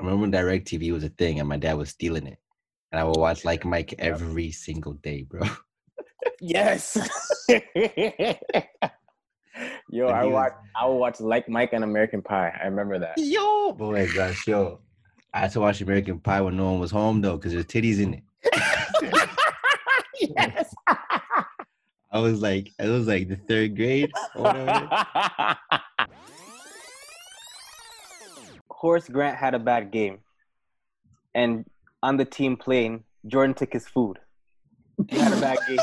remember when Direct TV was a thing and my dad was stealing it, and I would watch Like Mike every single day, bro. Yes. Yo, When I he was- watch I would watch Like Mike and American Pie. I remember that. Yo, oh my gosh, yo. I had to watch American Pie when no one was home though, because there's titties in it. yes. I was like, it was like the third grade. or whatever. Horace Grant had a bad game. And on the team plane, Jordan took his food. He had a bad game.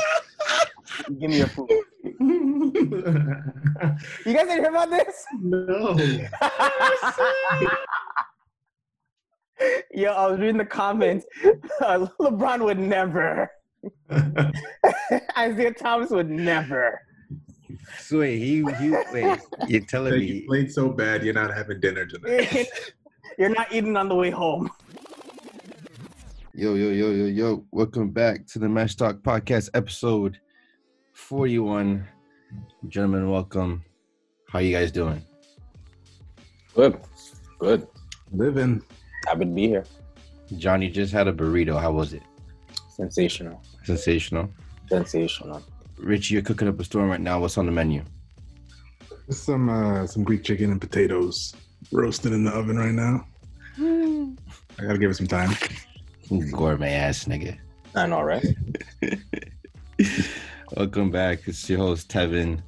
Give me your food. You guys didn't hear about this? no. Yo, I was reading the comments. Uh, LeBron would never. Isaiah Thomas would never. so wait, he, he wait, you're telling Like, you me played so bad, you're not having dinner tonight. You're not eating on the way home. Yo, yo, yo, yo, yo. Welcome back to the Match Talk Podcast, episode 41. Gentlemen, welcome. How you guys doing? Good. Good. Living. Happy to be here. Johnny just had a burrito. How was it? Sensational. Sensational. Sensational. Richie, you're cooking up a storm right now. What's on the menu? Some uh, some Greek chicken and potatoes roasted in the oven right now. I gotta give it some time. Gourmet ass nigga. I know, right? Welcome back. It's your host, Tevin.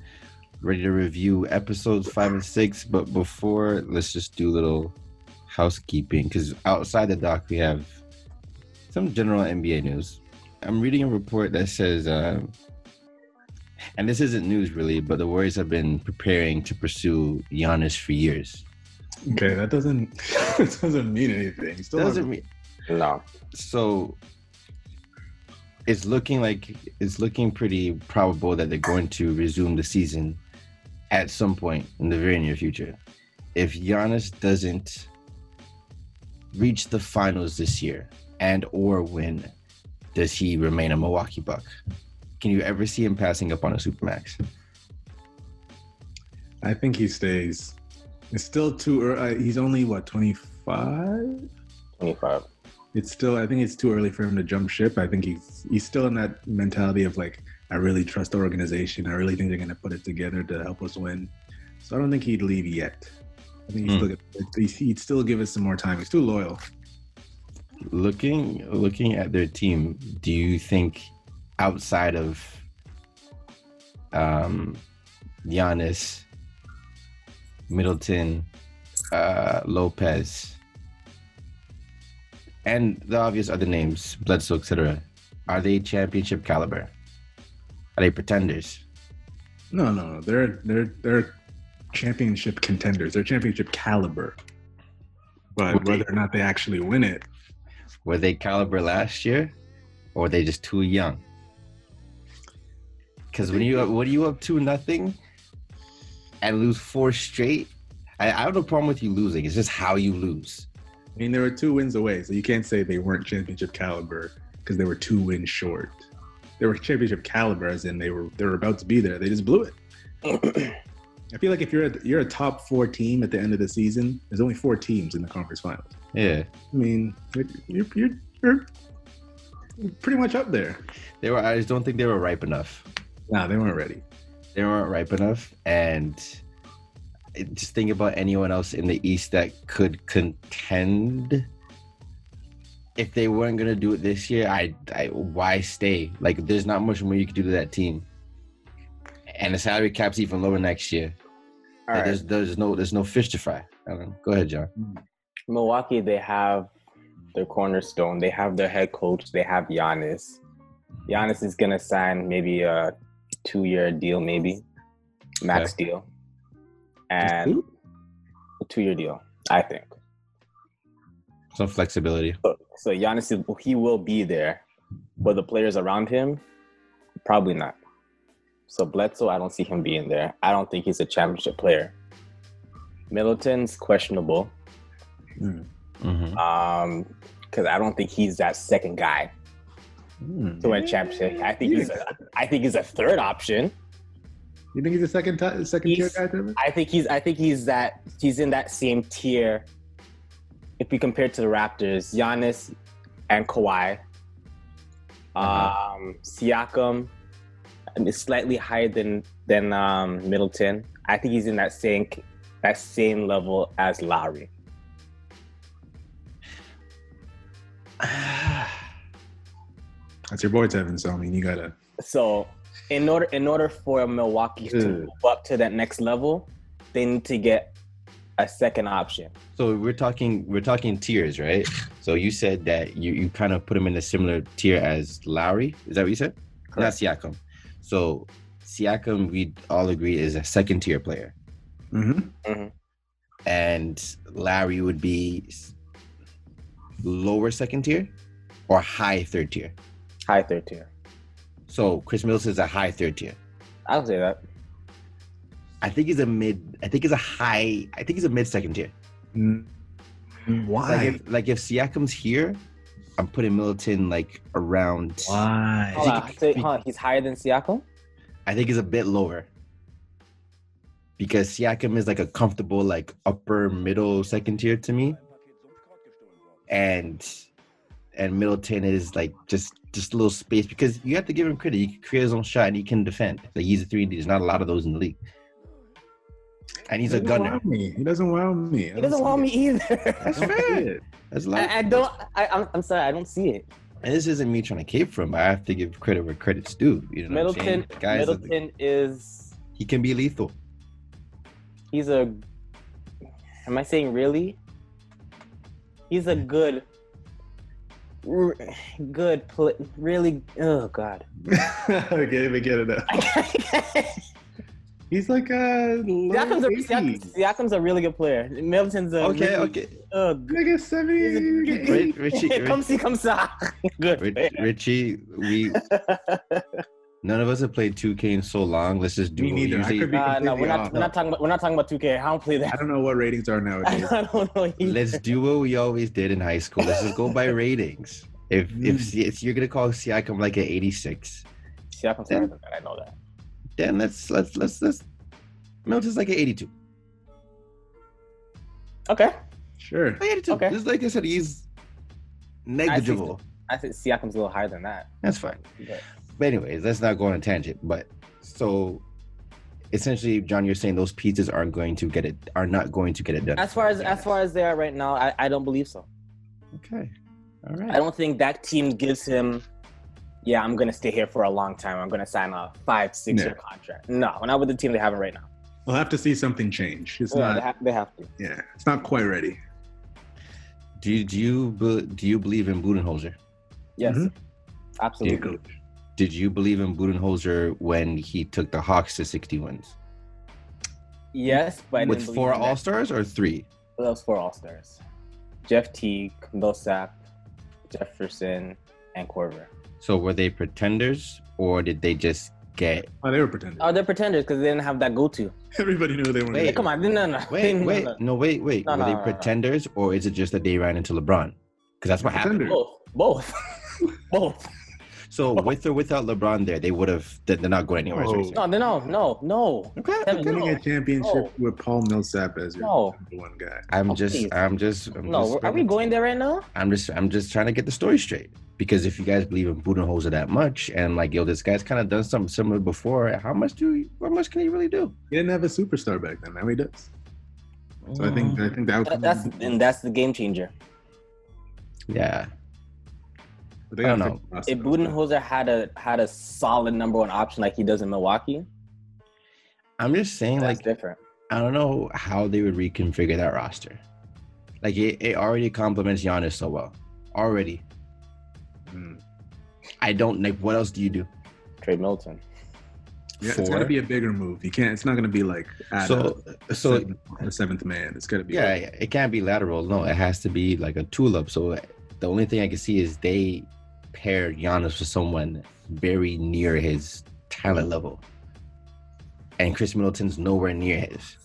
Ready to review episodes five and six. But before, let's just do a little housekeeping because outside the dock, we have some general NBA news. I'm reading a report that says, uh, and this isn't news really, but the Warriors have been preparing to pursue Giannis for years. Okay, that doesn't that doesn't mean anything. Still Doesn't haven't- mean No. so it's looking like it's looking pretty probable that they're going to resume the season at some point in the very near future. If Giannis doesn't reach the finals this year and or win, does he remain a Milwaukee Buck? Can you ever see him passing up on a Supermax? I think he stays. It's still too early. He's only what 25. 25. It's still. I think it's too early for him to jump ship. I think he's he's still in that mentality of like, I really trust the organization. I really think they're gonna put it together to help us win. So I don't think he'd leave yet. I think he's Hmm. still gonna- he's- he'd still give us some more time. He's too loyal. Looking looking at their team, do you think outside of um Giannis, Middleton, uh Lopez, and the obvious other names, Bledsoe, etc., are they championship caliber? Are they pretenders? No, no, no. They're they're they're championship contenders. They're championship caliber. But Okay. whether or not they actually win it, Were they caliber last year, or were they just too young? Because when you when you up two nothing, and lose four straight, I, I have no problem with you losing. It's just how you lose. I mean, they were two wins away, so you can't say they weren't championship caliber because they were two wins short. They were championship caliber, as in they were they were about to be there. They just blew it. I feel like if you're a, you're a top four team at the end of the season, there's only four teams in the conference finals. Yeah, I mean, you're you're, you're pretty much up there. they were. I just don't think they were ripe enough. Nah, they weren't ready. They weren't ripe enough, and it- just think about anyone else in the East that could contend. If they weren't gonna do it this year, I, I why stay? Like, there's not much more you could do to that team, and the salary cap's even lower next year. All Like, right. There's there's no there's no fish to fry. I don't know. Go ahead, John. Milwaukee, they have their cornerstone. They have their head coach. They have Giannis. Giannis is gonna sign maybe a two-year deal, maybe max deal, and a two-year deal, I think. Some flexibility. So Giannis, is- he will be there, but the players around him, probably not. So Bledsoe, I don't see him being there. I don't think he's a championship player. Middleton's questionable hmm because I don't think he's that second guy Hmm. to win a championship. I think he's a, I think he's a third option. You think he's a second ti- second tier He's- guy, Trevor? I think he's I think he's that he's in that same tier if we compare it to the Raptors, Giannis and Kawhi, um, Siakam is slightly higher than than um, Middleton. I think he's in that same that same level as Lowry. That's your boy Tevin. So I mean, you gotta. So in order in order for Milwaukee to Mm. move up to that next level, they need to get a second option. So we're talking we're talking tiers, right? So you said that you, you kind of put him in a similar tier as Lowry. Is that what you said? Not Siakam. So Siakam, we all agree, is a second tier player, Mm-hmm. and Lowry would be s- lower second tier or high third tier. High third tier. So Chris Middleton is a high third tier. I'll say that. I think he's a mid. I think he's a high. I think he's a mid second tier. Mm-hmm. Why? Like if, like if Siakam's here, I'm putting Middleton like around. Why? Hold on, so- hold on, he's higher than Siakam. I think he's a bit lower because Siakam is like a comfortable like upper middle second tier to me, and and Middleton is like just just a little space because you have to give him credit. He can create his own shot and he can defend. Like he's a three and D. There's not a lot of those in the league, and he's a He doesn't gunner. wow me. He doesn't wow me. He doesn't want me either. That's fair. That's loud. I, I don't. I, I'm, I'm sorry. I don't see it. And this isn't me trying to cape for him, but I have to give credit where credit's due. You know, what I'm saying? Middleton. The guys, are- Middleton is. he can be lethal. He's a. Am I saying really? He's a good. r- Good. Pl- really. Oh God. okay, we get it now. Siakam's, He's like uh, a. a, Siak- Siakam's a really good player. Middleton's a. Okay, really- okay. Oh, g- Like a Ri- seventy. Richie, come Ri- see, come saw. Good. Ri- Richie, we none of us have played 2K in so long. Let's just do Me what we neither. I usually- could be- Uh, no, we're completely not. off. We're not talking. About, we're not talking about 2K. I don't play I that. don't know what ratings are I nowadays. don't know. Let's do what we always did in high school. Let's just go by ratings. If Hmm. if, Si- if you're gonna call Siakam like an 86, Siakam's higher than that. I know that. then let's let's let's let's Middleton's like an 82. Okay. Sure. Like 82. Okay. Just like I said, he's negligible. I think Siakam's a little higher than that. That's fine. But But anyways, let's not go on a tangent. But so essentially, John, you're saying those pizzas aren't going to get it are not going to get it done. as far as as far as they are right now, I, I don't believe so. Okay. All I right. don't think that team gives him. Yeah, I'm gonna stay here for a long time. I'm gonna sign a five six year contract. No, not with the team they have right now. We'll have to see something change. It's Yeah, not. they, ha- they have to. yeah, it's not quite ready. Do you do you be- do you believe in Budenholzer? Yes, Mm-hmm. Mhm. absolutely. Did you believe in Budenholzer when he took the Hawks to 60 wins? Yes, but I didn't With believe four in that. All Stars or three? Those four All Stars: Jeff Teague, Millsap, Jefferson, and Corver. So were they pretenders or did they just get? Oh, they were pretending. Oh, they're pretenders because they didn't have that go-to. Everybody knew they weren't. Wait, Hey, come on, no, no, no. Wait, They- no, wait, no. no, wait, wait. No, were no, they no, no, no. pretenders or is it just that they ran into LeBron? Because that's what happened. Pretenders. Both, both, both. So with or without LeBron there, they would have. They're they're not going anywhere. is what you're saying. No, no, no, no, no. Okay. Kevin, Winning a championship No. with Paul Millsap as your Oh. No. number one guy. I'm Oh, just, please. I'm just, I'm No, just are we going there right now? I'm just, I'm just trying to get the story straight. Because if you guys believe in Budenholzer that much, and like, yo, this guy's kind of done something similar before. How much do, you, how much can he really do? He didn't have a superstar back then. Now he does. So I think I Mm. think that That- would That's and that's the game changer. yeah, but they I gotta don't fix the roster. Hmm. If Budenholzer had a had a solid number one option like he does in Milwaukee, I'm just saying, that's like, different. I don't know how they would reconfigure that roster. Like, it, it already complements Giannis so well. Already, Mm. I don't like. What else do you do? Trade Milton. yeah, it's gotta Four. be a bigger move. You can't. It's not gonna be like add So, a, so seventh, a seventh man. It's gotta be. Yeah, it can't be lateral. No, it has to be like a tulip. So the only thing I can see is they paired Giannis with someone very near his talent level. And Chris Middleton's nowhere near his.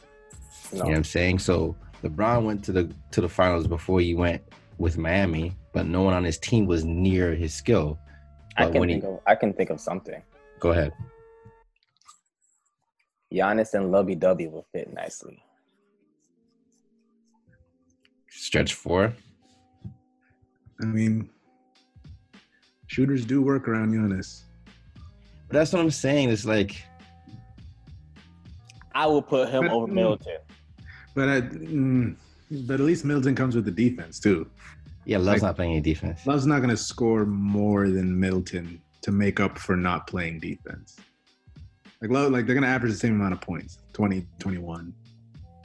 No. You know what I'm saying? So LeBron went to the to the finals before he went with Miami, but no one on his team was near his skill. I But can when he- think of I can think of something. Go ahead. Giannis and Lovey Dovey will fit nicely. Stretch four. I mean, shooters do work around Giannis. But that's what I'm saying. It's like I would put him But- over Middleton. But I, mm, but at least Middleton comes with the defense too. yeah, Love's Like- not playing any defense. Love's not going to score more than Middleton to make up for not playing defense. Like Love, like they're going to average the same amount of points, 20, 21.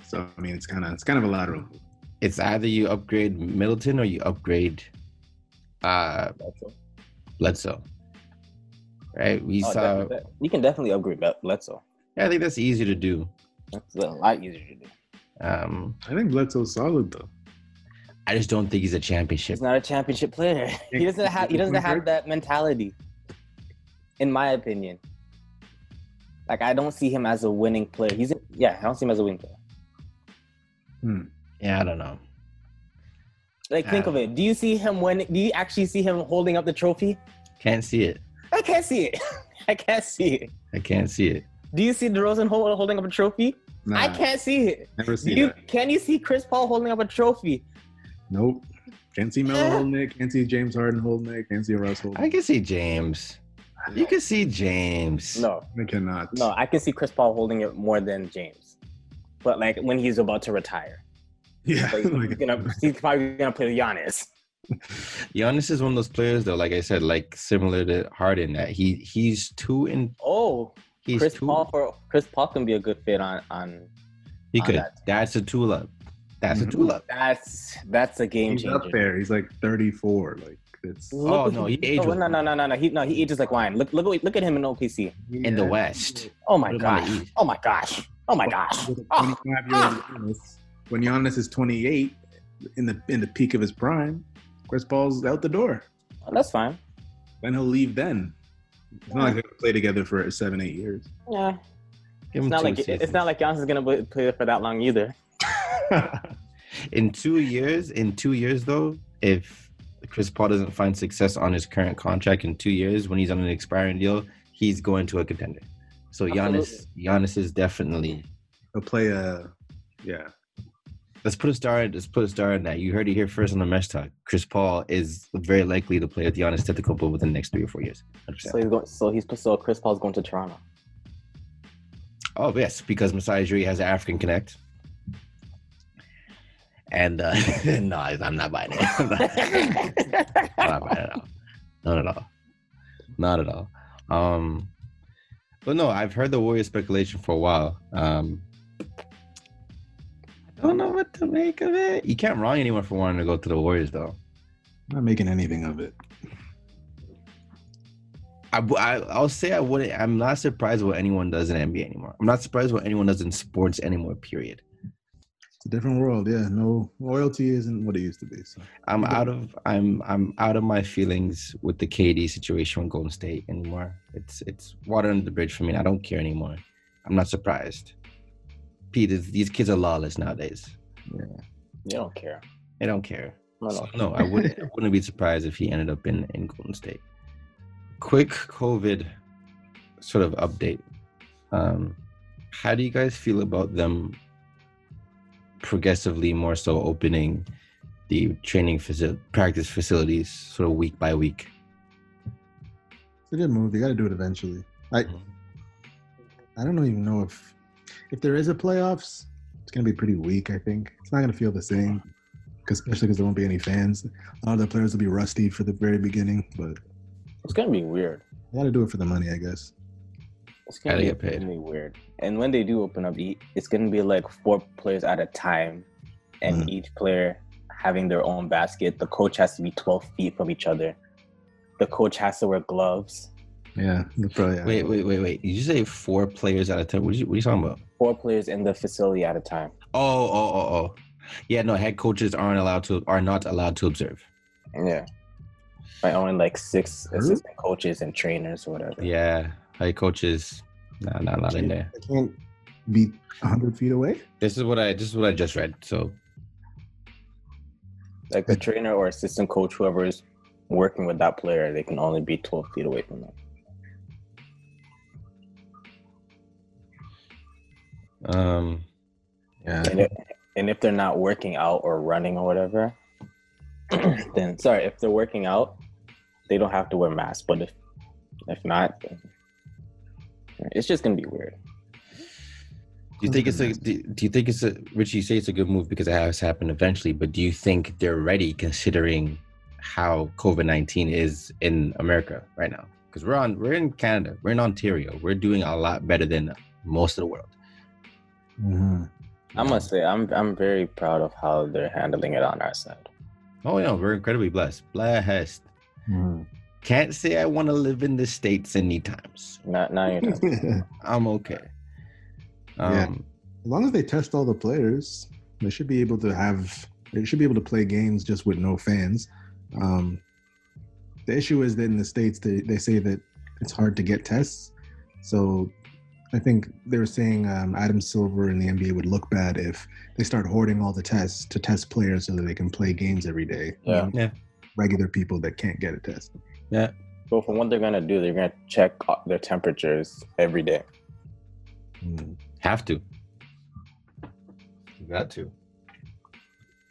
So I mean, it's kind of it's kind of a lateral. move. It's either you upgrade Middleton or you upgrade uh Bledsoe. Bledsoe. Right? We Oh, saw definitely. you can definitely upgrade Bled- Bledsoe. yeah, I think that's easier to do. That's a lot easier to do. Um I think Bledsoe's solid though. I just don't think he's a championship. He's not a championship player. He doesn't have he doesn't have that mentality. In my opinion. Like I don't see him as a winning player. He's a, yeah, I don't see him as a winning player. yeah, I don't know. Like think Yeah. of it. Do you see him when do you actually see him holding up the trophy? Can't see it. I can't see it. I can't see it. I can't see it. Do you see DeRozan hold, holding up a trophy? Nah, I can't see it. never Do see you, that. can you see Chris Paul holding up a trophy? Nope. Can't see Melo Yeah. holding it. Can't see James Harden holding it. Can't see Russ holding I it. can see James. You can see James. No, I cannot. no, I can see Chris Paul holding it more than James. But like when he's about to retire, Yeah. like, he's, like, gonna, he's probably gonna play with Giannis. Giannis is one of those players though, like I said, like similar to Harden that he he's too in Oh, he's Chris too Paul Ah, for Chris Paul can be a good fit on on. he on could. that. That's a tulip. That's Mhm. a Mm-hmm. tulip. That's that's a game he's up changer. there. He's like 34. Like it's Look Oh, what no, he no, ages no, like no, no, no, no. He no, he ages like wine. Look, look, at- look at him in OKC. In the Yeah. West. Oh my Look at him on the gosh. East. Oh my gosh. Oh my gosh. with a Oh, 25 year old Giannis, when Giannis is 28 in the in the peak of his prime, Chris Paul's out the door. that's fine. Then he'll leave. Then it's not like they're gonna play together for seven, eight years. Yeah. Give It's him not two like it's seasons. not like Giannis is gonna play- play for that long either. in two years. In two years, though, if Chris Paul doesn't find success on his current contract in two years, when he's on an expiring deal, he's going to a contender. So Giannis, Giannis is definitely. He'll play a yeah. Let's put a star. Let's put a star in that. You heard it here first on the Mesh Talk. Chris Paul is very likely to play with Giannis Antetokounmpo within the next three or four years. 100%. So he's going. So he's so Chris Paul's going to Toronto. Oh yes, because Masai Ujiri has an African connect. And uh, no, I'm not buying it. I'm not, I'm not buying it at all. Not at all. Not at all. Um, but no, I've heard the Warriors speculation for a while. Um, I don't know what to make of it. You can't wrong anyone for wanting to go to the Warriors, though. Not making anything of it. I, I, will say I wouldn't. I'm not surprised what anyone does in NBA anymore. I'm not surprised what anyone does in sports anymore. Period. It's a different world. Yeah, no loyalty isn't what it used to be. So I'm Yeah. out of I'm I'm out of my feelings with the KD situation with Golden State anymore. It's it's water under the bridge for me. I don't care anymore. I'm not surprised. Pete, these- these kids are lawless nowadays. They don't care. They don't care. No, So, no. no, I wouldn't I wouldn't be surprised if he ended up in in Golden State. Quick COVID sort of update. Um, how do you guys feel about them progressively more so opening the training faci- practice facilities sort of week by week? it's a good move. You got to do it eventually. I Mm-hmm. I don't even know if if there is a playoffs, it's gonna be pretty weak. I think it's not gonna feel the same, 'cause- especially because there won't be any fans. A lot of the players will be rusty for the very beginning, but It's gonna be weird. you got to do it for the money, I guess. It's gonna Gotta be get paid. really weird. And when they do open up, e- it's gonna be like four players at a time, and Mm-hmm. Mhm. each player having their own basket. The coach has to be twelve feet from each other. The coach has to wear gloves. Yeah, they'll probably. Wait, wait, wait, wait. Did you say four players at a time? What are you, what are you talking about? Four players in the facility at a time. Oh, oh, oh, oh. Yeah, no. Head coaches aren't allowed to are not allowed to observe. Yeah. By only like six Really? assistant coaches and trainers or whatever. Yeah, head coaches. Nah, not allowed in there. They can't be hundred feet away. This is what I this is what I just read. So Like the trainer or assistant coach, whoever is working with that player, they can only be twelve feet away from them. um Yeah, um, And if, and if they're not working out or running or whatever, then sorry, if they're working out, they don't have to wear masks. But if if not, then it's just gonna be weird. Do you think it's a? Do, do you think it's a? Richie, you say it's a good move because it has happened eventually, but do you think they're ready considering how COVID nineteen is in America right now? Because we're on, we're in Canada, we're in Ontario, we're doing a lot better than most of the world. Mm-hmm. I must say, I'm I'm very proud of how they're handling it on our side. Oh yeah, we're incredibly blessed. Blessed. Mm-hmm. Can't say I want to live in the states anytime soon. Not now you're done. as I'm okay. Um, Yeah. long as they test all the players, they should be able to have. They should be able to play games just with no fans. Um, the issue is that in the states, they, they say that it's hard to get tests. So, I think they were saying um, Adam Silver and the NBA would look bad if they start hoarding all the tests to test players so that they can play games every day. Yeah. Yeah. Regular people that can't get a test. But from what they're gonna do, they're gonna check uh, their temperatures every day. Mm. Have to. You got to.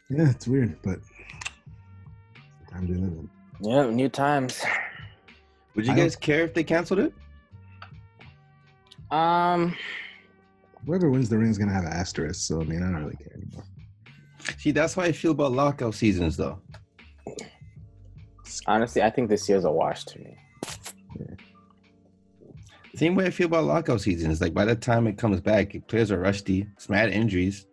Yeah, it's weird, but it's the times we live in. Yeah, new times. Would you I don't- guys care if they canceled it? Um, Whoever wins the ring is gonna have an asterisk. So I mean, I don't really care anymore. See, that's how I feel about lockout seasons, though. honestly, I think this year's a wash to me. Same way I feel about lockout seasons. Like by the time it comes back, players are rusty. It's mad injuries.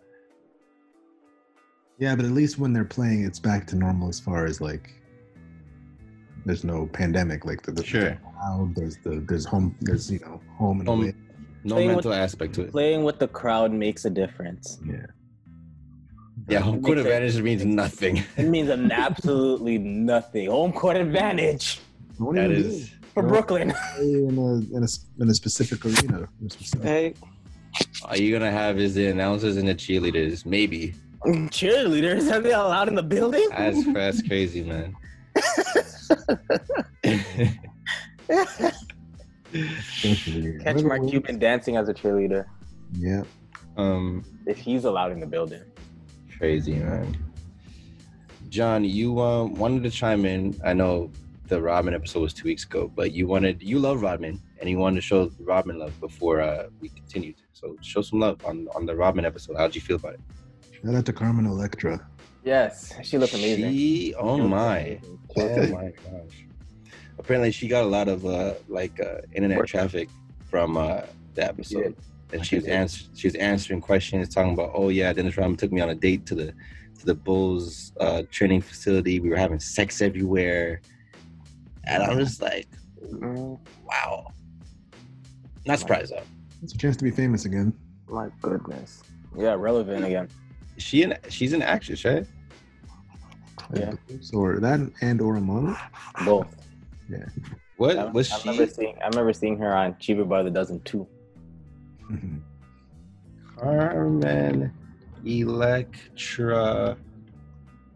Yeah, but at least when they're playing, it's back to normal as far as like there's no pandemic. Like the, the Sure. crowd, there's the there's home, there's you know home and Home- away. No Playing mental aspect to it. Playing with the crowd makes a difference. Yeah, yeah, home court Makes advantage means nothing. It means an absolutely nothing. Home court advantage I won't that even is. for Yeah. Brooklyn. be in a, in a s- in a specific arena. or Eh, specific- Hey, All you're gonna have is the announcers and the cheerleaders. Maybe. Cheerleaders are they allowed in the building? That's that's crazy, man. Catch Whoever Mark wins- Cuban dancing as a cheerleader Yeah, um, if he's allowed in the building. crazy, man. John, you um, wanted to chime in. I know the Rodman episode was two weeks ago, but you wanted you love Rodman and you wanted to show Rodman love before uh, we continued. So show some love on on the Rodman episode. How'd you feel about it? shout out to Carmen Electra. Yes, she looked amazing. She, oh She looked my, amazing. She looked oh amazing. my gosh. Apparently, she got a lot of uh, like uh, internet Work. traffic from uh, the episode, and she She was did. answer- she was answering questions, talking about, oh yeah, Dennis Rodman took me on a date to the to the Bulls uh, training facility. We were having sex everywhere, and I'm just like, mm, wow. Not surprised though. It's a chance to be famous again. my goodness. Yeah, relevant again. She an she's an actress, right? I Yeah. believe so, or that and or among. Both. What I, was I she? remember seeing I remember seeing her on Cheaper by the Dozen too. Carmen Electra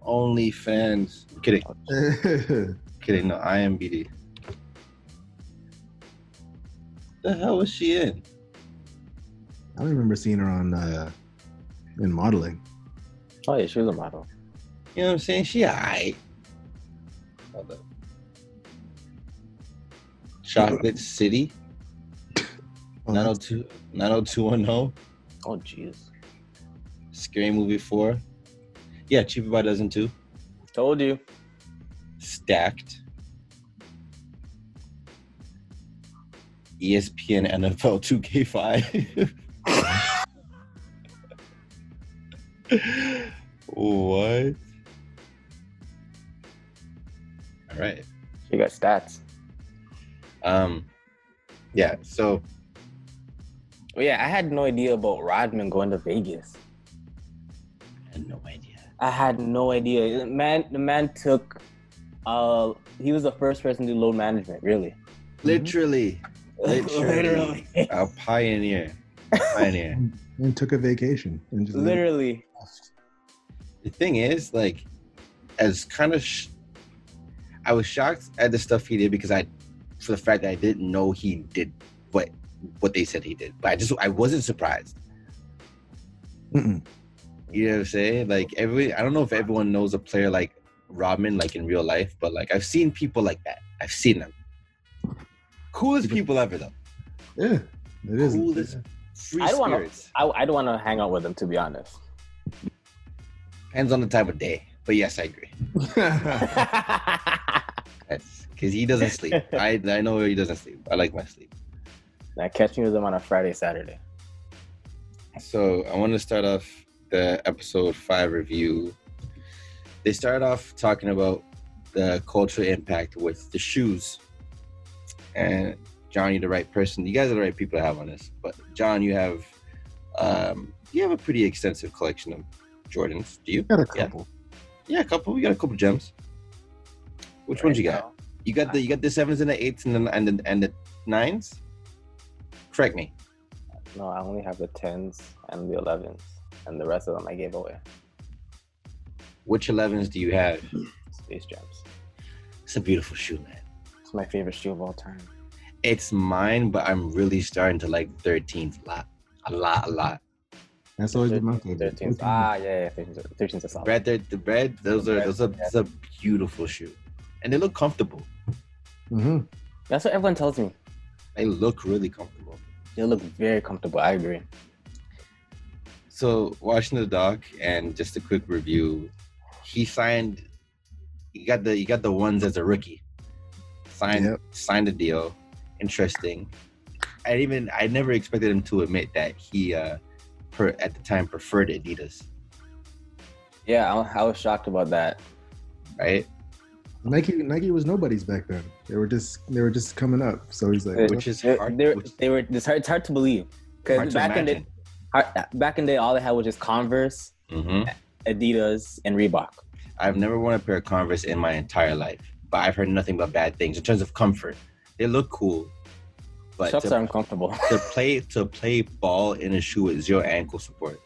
OnlyFans. I'm kidding, Oh, kidding. No, IMBD. The hell was she in? I remember seeing her on uh, in modeling. Oh yeah, she was a model. You know what I'm saying? She alright. Hold up. Chocolate City Oh, 902 90210 Oh jeez. Scary Movie 4. Yeah, Cheaper by Dozen 2. Told you. Stacked. E ESPN NFL 2K5. what? All right. She got stats. Um yeah, so But yeah, I had no idea about Rodman going to Vegas. I had no idea. I had no idea. The man the man took uh he was the first person to do load management, really. Literally Mm-hmm. Literally. Literally. a pioneer. Pioneer. and took a vacation and just Literally. the thing is, like, as kind of, sh- I was shocked at the stuff he did because I, for the fact that I didn't know he did what what they said he did, but I just I wasn't surprised. Mm-mm. You know what I'm saying? Like every, I don't know if everyone knows a player like Rodman like in real life, but like I've seen people like that. I've seen them. Coolest people ever though. Yeah, it is. Coolest free I don't wanna- spirits. I, I don't want to hang out with them to be honest. Depends on the time of day. But yes, I agree. now Because he doesn't sleep. I I know he doesn't sleep. I like my sleep. catch me with them on a Friday, Saturday. So I want to start off the episode five review. They started off talking about the cultural impact with the shoes. And John, you're the right person. You guys are the right people to have on this. But John, you have um, you have a pretty extensive collection of Jordans. Do you? Got a couple. Yeah, a couple. We got a couple gems. Which ones you got? You got the you got the sevens and the eights and the and the, and the nines. Correct me. No, I only have the tens and the elevens, and the rest of them I gave away. Which elevens do you have? Space Jams. It's a beautiful shoe, man. It's my favorite shoe of all time. It's mine, but I'm really starting to like 13s a lot, a lot, a lot. That's always been my favorite. 13s. Ah, yeah, yeah. 13s, are- 13s are solid. Red, the, the red. Those are Red, those are yeah. it's a beautiful shoe, and they look comfortable. hmm That's what everyone tells me. They look really comfortable. They look very comfortable. I agree. So watching the doc and just a quick review, he signed. You got the you got the ones as a rookie. Signed Yep. signed a deal. Interesting. I didn't even I never expected him to admit that he uh, per, at the time preferred Adidas. Yeah, I, I was shocked about that. Right? Nike Nike was nobody's back then. They were just they were just coming up. So he's like, Yeah. Which is They, hard. they, which, they were. It's hard, it's hard to believe hard because to back in the imagine. hard- back in the day, all they had was just Converse, Mhm. Adidas, and Reebok. I've never worn a pair of Converse in my entire life, but I've heard nothing but bad things in terms of comfort. They look cool, but Chucks to- are uncomfortable. to play to play ball in a shoe with zero ankle support.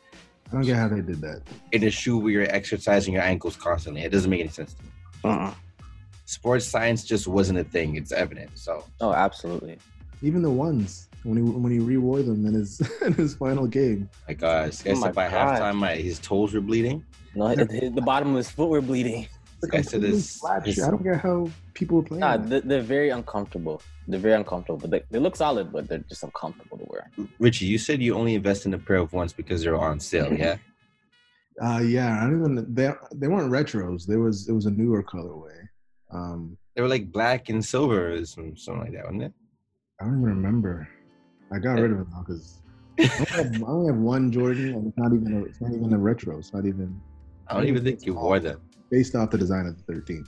I don't get how they did that. in a shoe where you're exercising your ankles constantly. It doesn't make any sense to me. Uh-uh. Sports science just wasn't a thing. It's evident. So Oh, absolutely. Even the ones when he when he rewore them in his in his final game. like uh this guy Oh my said by God. halftime my his toes were bleeding. No, it, it- the bottom of his foot were bleeding. It's This guy said completely his- flat his- shit. I don't get how people Hmm. were playing. Nah, that. they, they're very uncomfortable. They're very uncomfortable. But they, they look solid, but they're just uncomfortable to wear. Richie, you said you only invest in a pair of ones because they're on sale, yeah? Uh, yeah, I don't even. They they weren't retros. There was it was a newer colorway. Um, They were like black and silver or some, something like that, wasn't it? I don't even remember. I got rid of it now because I, only have- I only have one Jordan, and it's not even a, it's not even a retro. It's not even I don't even think you wore them. based off the design of the 13th.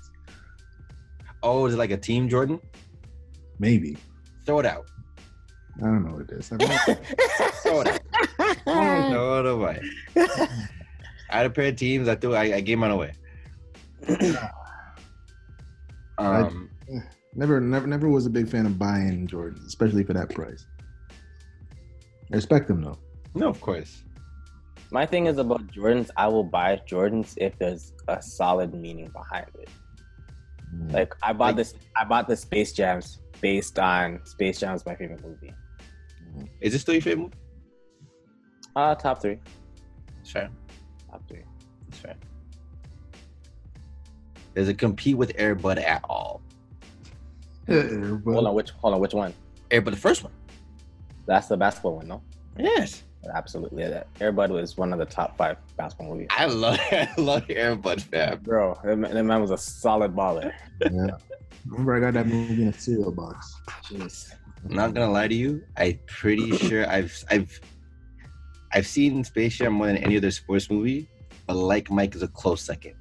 Oh, is it like a team Jordan? Maybe Throw it out. I don't know what it is. I mean, Throw it out. Throw it away. I had a pair of teams, I threw I, I gave mine away. Um never, never, never was a big fan of buying Jordans, especially for that price. I respect them though. no of course. My thing is about Jordans. I will buy Jordans if there's a solid meaning behind it. Mm. Like I bought Like- this. I bought the Space Jams based on Space Jams, my favorite movie. Is this still your favorite movie? Uh top three. Sure. Top three. That's right. Does it compete with Airbud at all? Yeah, but- Hold on, which hold on, which one? Airbud, the first one. That's the basketball one, no? Yes, Absolutely. Yeah, that Airbud was one of the top five basketball movies. I love I love Airbud, fam. Bro, that man, that man was a solid baller. yeah. Remember, I got that movie in a cereal box. Jeez. I'm not gonna lie to you. I'm pretty sure I've I've I've seen Space Jam more than any other sports movie, but Like Mike is a close second.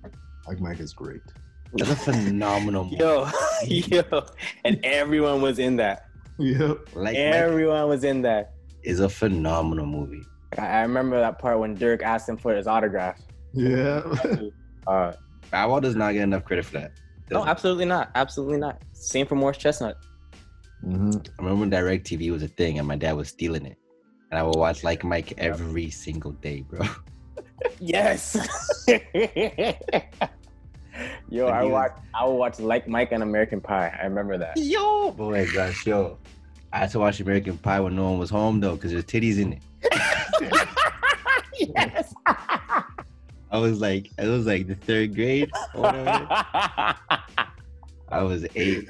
Like Mike is great. That's a phenomenal movie. Yo, yo, and everyone was in that. Yep. like Mike Everyone was in that. is a phenomenal movie. I I remember that part when Dirk asked him for his autograph. Yeah. Uh, Bow Wow does not get enough credit for that. no, Doesn't. absolutely not. Absolutely not. Same for Morris Chestnut. hmm I remember when Direct TV was a thing and my dad was stealing it. And I would watch Like Mike every single day, bro. Yes. Yo, I he was- watched. I would watch like Mike and American Pie. I remember that. Yo, boy, Oh my gosh, yo. I had to watch American Pie when no one was home though, because there's titties in it. yes. I was like, I was like the third grade. or whatever. I was eight.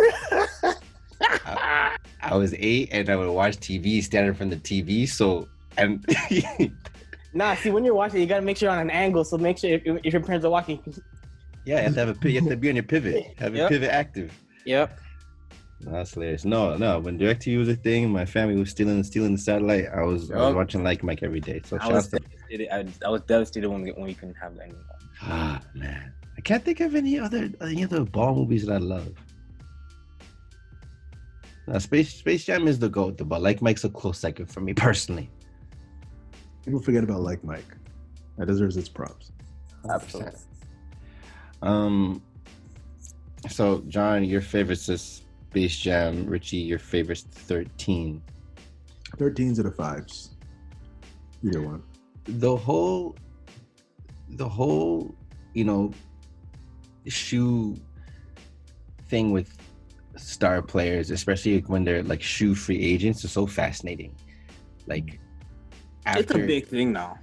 I, I was eight, and I would watch TV, stand in front of the TV. So, and Nah, see, when you're watching, you gotta make sure you're on an angle. So make sure if, if your parents are watching. yeah, you have to have a, pi- you have to be on your pivot, have your Yep. pivot active. Yep. No, That's hilarious. No, no. When DirecTV was a thing, my family was stealing stealing the satellite. I was I was Yup. watching Like Mike every day. So I shout was out to devastated. I, I was devastated when we when we couldn't have that anymore. ah man. I can't think of any other any other ball movies that I love. Now, Space Space Jam is the goat, but Like Mike's a close second for me personally. People forget about like Mike. That deserves its props. Absolutely. Um. So John, your favorite's is Space Jam. Richie, your favorite's Thirteen. 13s or the fives. Either one. the whole the whole you know shoe thing with star players especially when they're like shoe free agents is so fascinating like after, It's a big thing now.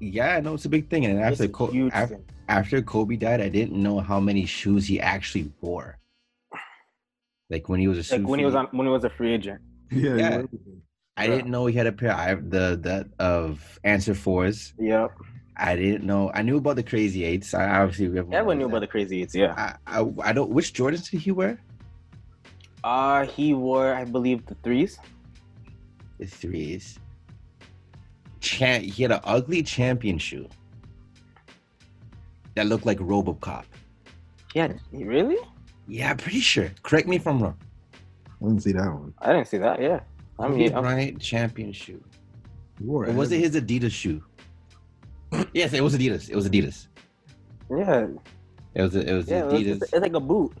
yeah no it's a big thing and after It's a Co- huge af- thing. after kobe died i didn't know how many shoes he actually wore like when he was a shoe Like when he was free- on, when he was a free agent. Yeah. Yeah. you're right. i didn't know he had a pair I, the that of answer fours Yep. I didn't know. I knew about the crazy eights. I obviously everyone Everyone knew knows about the crazy eights, yeah. that. I, I I don't. Which Jordans did he wear? Uh he wore, I believe, the threes. The threes. Chan, he had an ugly champion shoe that looked like RoboCop. Yeah. Really? Yeah, I'm pretty sure. Correct me if I'm wrong. I didn't see that one. I didn't see that. Yeah. I I'm mean, I'm- Bryant champion shoe. You wore Or was it his Adidas shoe? yes, it was Adidas. It was Adidas. yeah. It was it was Yeah. It was- Adidas. it's, it's like a boot.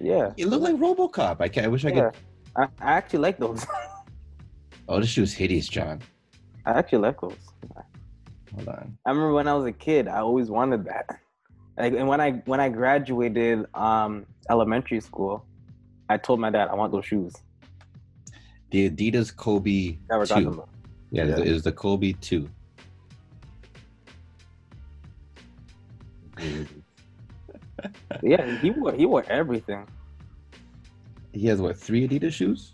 Yeah. It looked like RoboCop. I can I wish I yeah. could. I, I actually like those. Oh, this shoe's hideous, John. I actually like those. Hold on. I remember when I was a kid, I always wanted that. Like, and when I when I graduated um, elementary school, I told my dad I want those shoes. The Adidas Kobe Never got two. them. Yeah, Yeah. it was the Kobe two. But yeah, he wore he wore everything. He has what three Adidas shoes?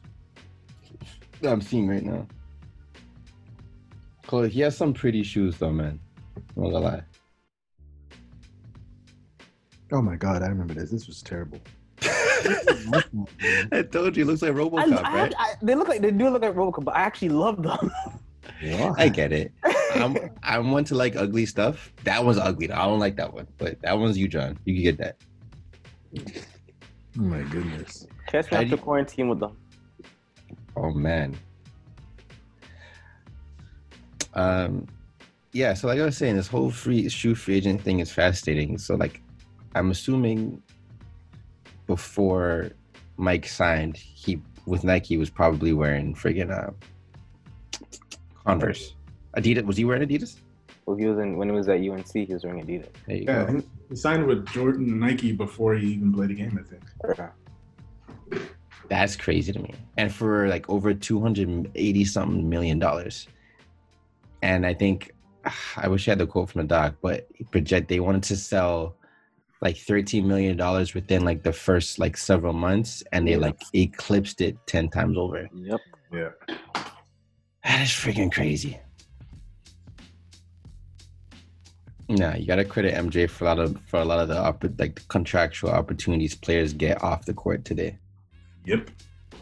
That I'm seeing right now. Cole, he has some pretty shoes though, man. I'm not gonna lie. Oh my god, I remember this. This was terrible. I told you, it looks like I, RoboCop, I- right? I- they look like they do look like Robocop, but I actually love them. Oh I get it. I'm I'm one to like ugly stuff. That one's ugly. Though. I don't like that one, but that one's you, John. You can get that. Oh my goodness. Catch How me do after you- quarantine with them. Oh man. Um, yeah. So like I was saying, this whole free shoe free agent thing is fascinating. So like, I'm assuming before Mike signed, he with Nike was probably wearing friggin' uh, Converse. Adidas was he wearing Adidas? Well, he was in when he was at UNC, he was wearing Adidas. There you Yeah, I go. think he signed with Jordan and Nike before he even played a game, I think. That's crazy to me. And for like over 280 something million dollars. And I think I wish I had the quote from the doc, but he project they wanted to sell like 13 million dollars within like the first like several months and they like eclipsed it 10 times over. Yep. Yeah. That is freaking crazy. Nah, you gotta credit MJ for a lot of for a lot of the oppor- like the contractual opportunities players get off the court today. Yep.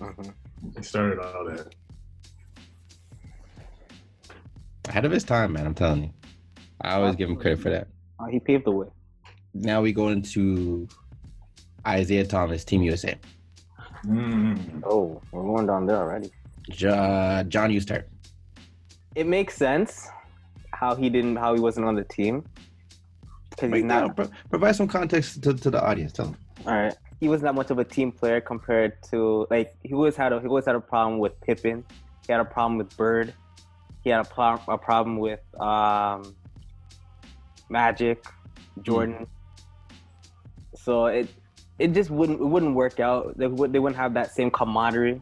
Mhm. He started all that. ahead of his time, man. I'm telling you. I always give him credit for that. Uh, he paved the way. Now we go into Isaiah Thomas, Team USA. Mm. Oh, we're going down there already. Jo- John, you start. It makes sense how he didn't how he wasn't on the team because he's Break not down, pro- provide some context to, to the audience. Tell them. All right. He was not much of a team player compared to like he always had a he always had a problem with Pippen. He had a problem with Bird. He had a, pro- a problem with um, Magic, Jordan. So it it just wouldn't it wouldn't work out. They would they wouldn't have that same camaraderie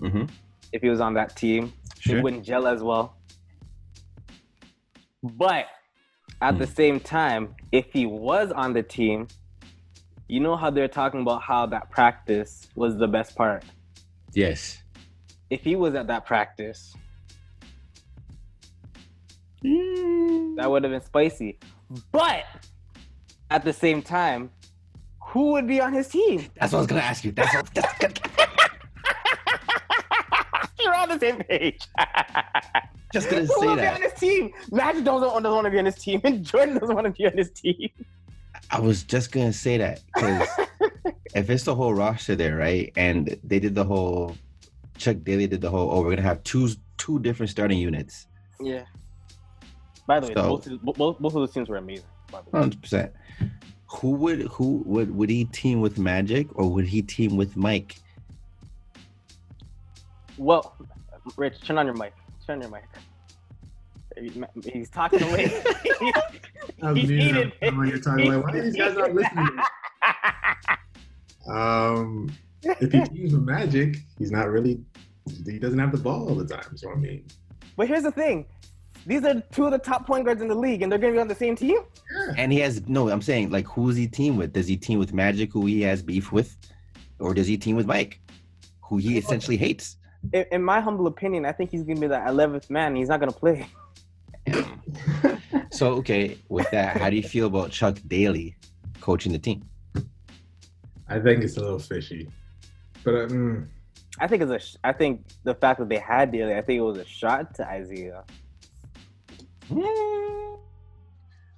Mm-hmm. if he was on that team. They Sure. wouldn't gel as well. But At the same time, if he was on the team, you know how they're talking about how that practice was the best part. Yes. If he was at that practice, that would have been spicy. But at the same time, who would be on his team? That's what I was gonna ask you. That's what, that's You're on the same page. just gonna Who say would be that. on his team? Magic doesn't, doesn't want to be on his team, and Jordan doesn't want to be on his team. I was just gonna say that because if it's the whole roster there, right? And they did the whole Chuck Daly did the whole. Oh, we're gonna have two two different starting units. Yeah. By the way, So- both, of- bo- both both of those teams were amazing. By the way. Hundred percent. Who would who would would he team with Magic or would he team with Mike? Well, Rich, turn on your mic. Turn on your mic. He- He's talking away. I'm He muted. hated I don't know what you're talking about. Why are these guys not listening? to me? Um, if he teams with Magic, he's not really. He doesn't have the ball all the time. So I mean, but here's the thing: these are two of the top point guards in the league, and they're going to be on the same team. And he has no. I'm saying like, who's he team with? Does he team with Magic, who he has beef with, or does he team with Mike, who he essentially hates? In, in my humble opinion, I think he's going to be the 11th man. and He's not going to play. So okay, with that, how do you feel about Chuck Daly coaching the team? I think it's a little fishy. But uh, mm, I think it's a. sh- I think the fact that they had Daly, I think it was a shot to Isaiah.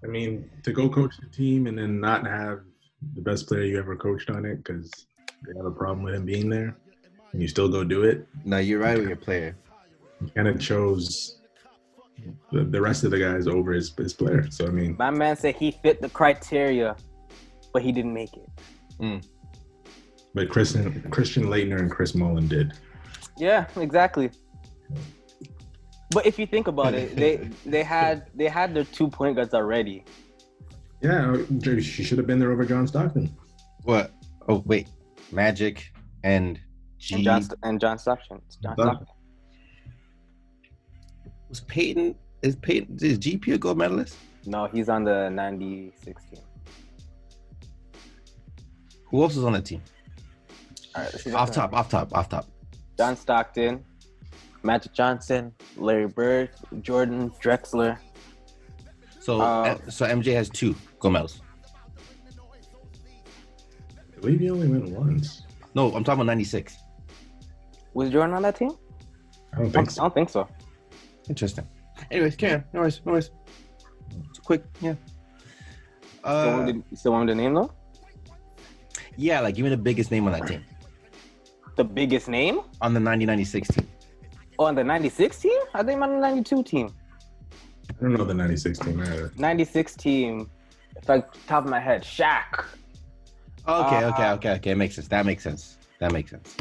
I mean, to go coach the team and then not have the best player you ever coached on it because they have a problem with him being there, and you still go do it. No, you're right with your player. You kind of chose the, the rest of the guys over his, his player. So I mean, My man said he fit the criteria, but he didn't make it. but Christian Christian Leitner and Chris Mullen did. Yeah, exactly. But if you think about it, they they had they had their two point guards already. Yeah, she should have been there over John Stockton. What? Oh wait, Magic and G. And John and John Stockton. John Done. Stockton. was Peyton is Peyton is GP a gold medalist? No, he's on the ninety six team. Who else was on that team? All right, let's see Off that. top, off top, off top. John Stockton, Magic Johnson, Larry Bird, Jordan Drexler. So Uh, eh, so MJ has two gold medals. I believe he only went once. No, I'm talking about '96. Was Jordan on that team? I don't I think don't, I so. don't think so. Interesting. Anyways, carry on. No worries, no worries. It's quick, yeah. Still want Uh, me to- still want me to name though? yeah, like give me the biggest name on that team The biggest name on the 1996 team. on the ninety six team? I think I'm on the ninety two team. I don't know the 96 team either. 96 team, if I top of my head, Shaq. Okay, Uh, okay, okay, okay. It makes sense. That makes sense. That makes sense.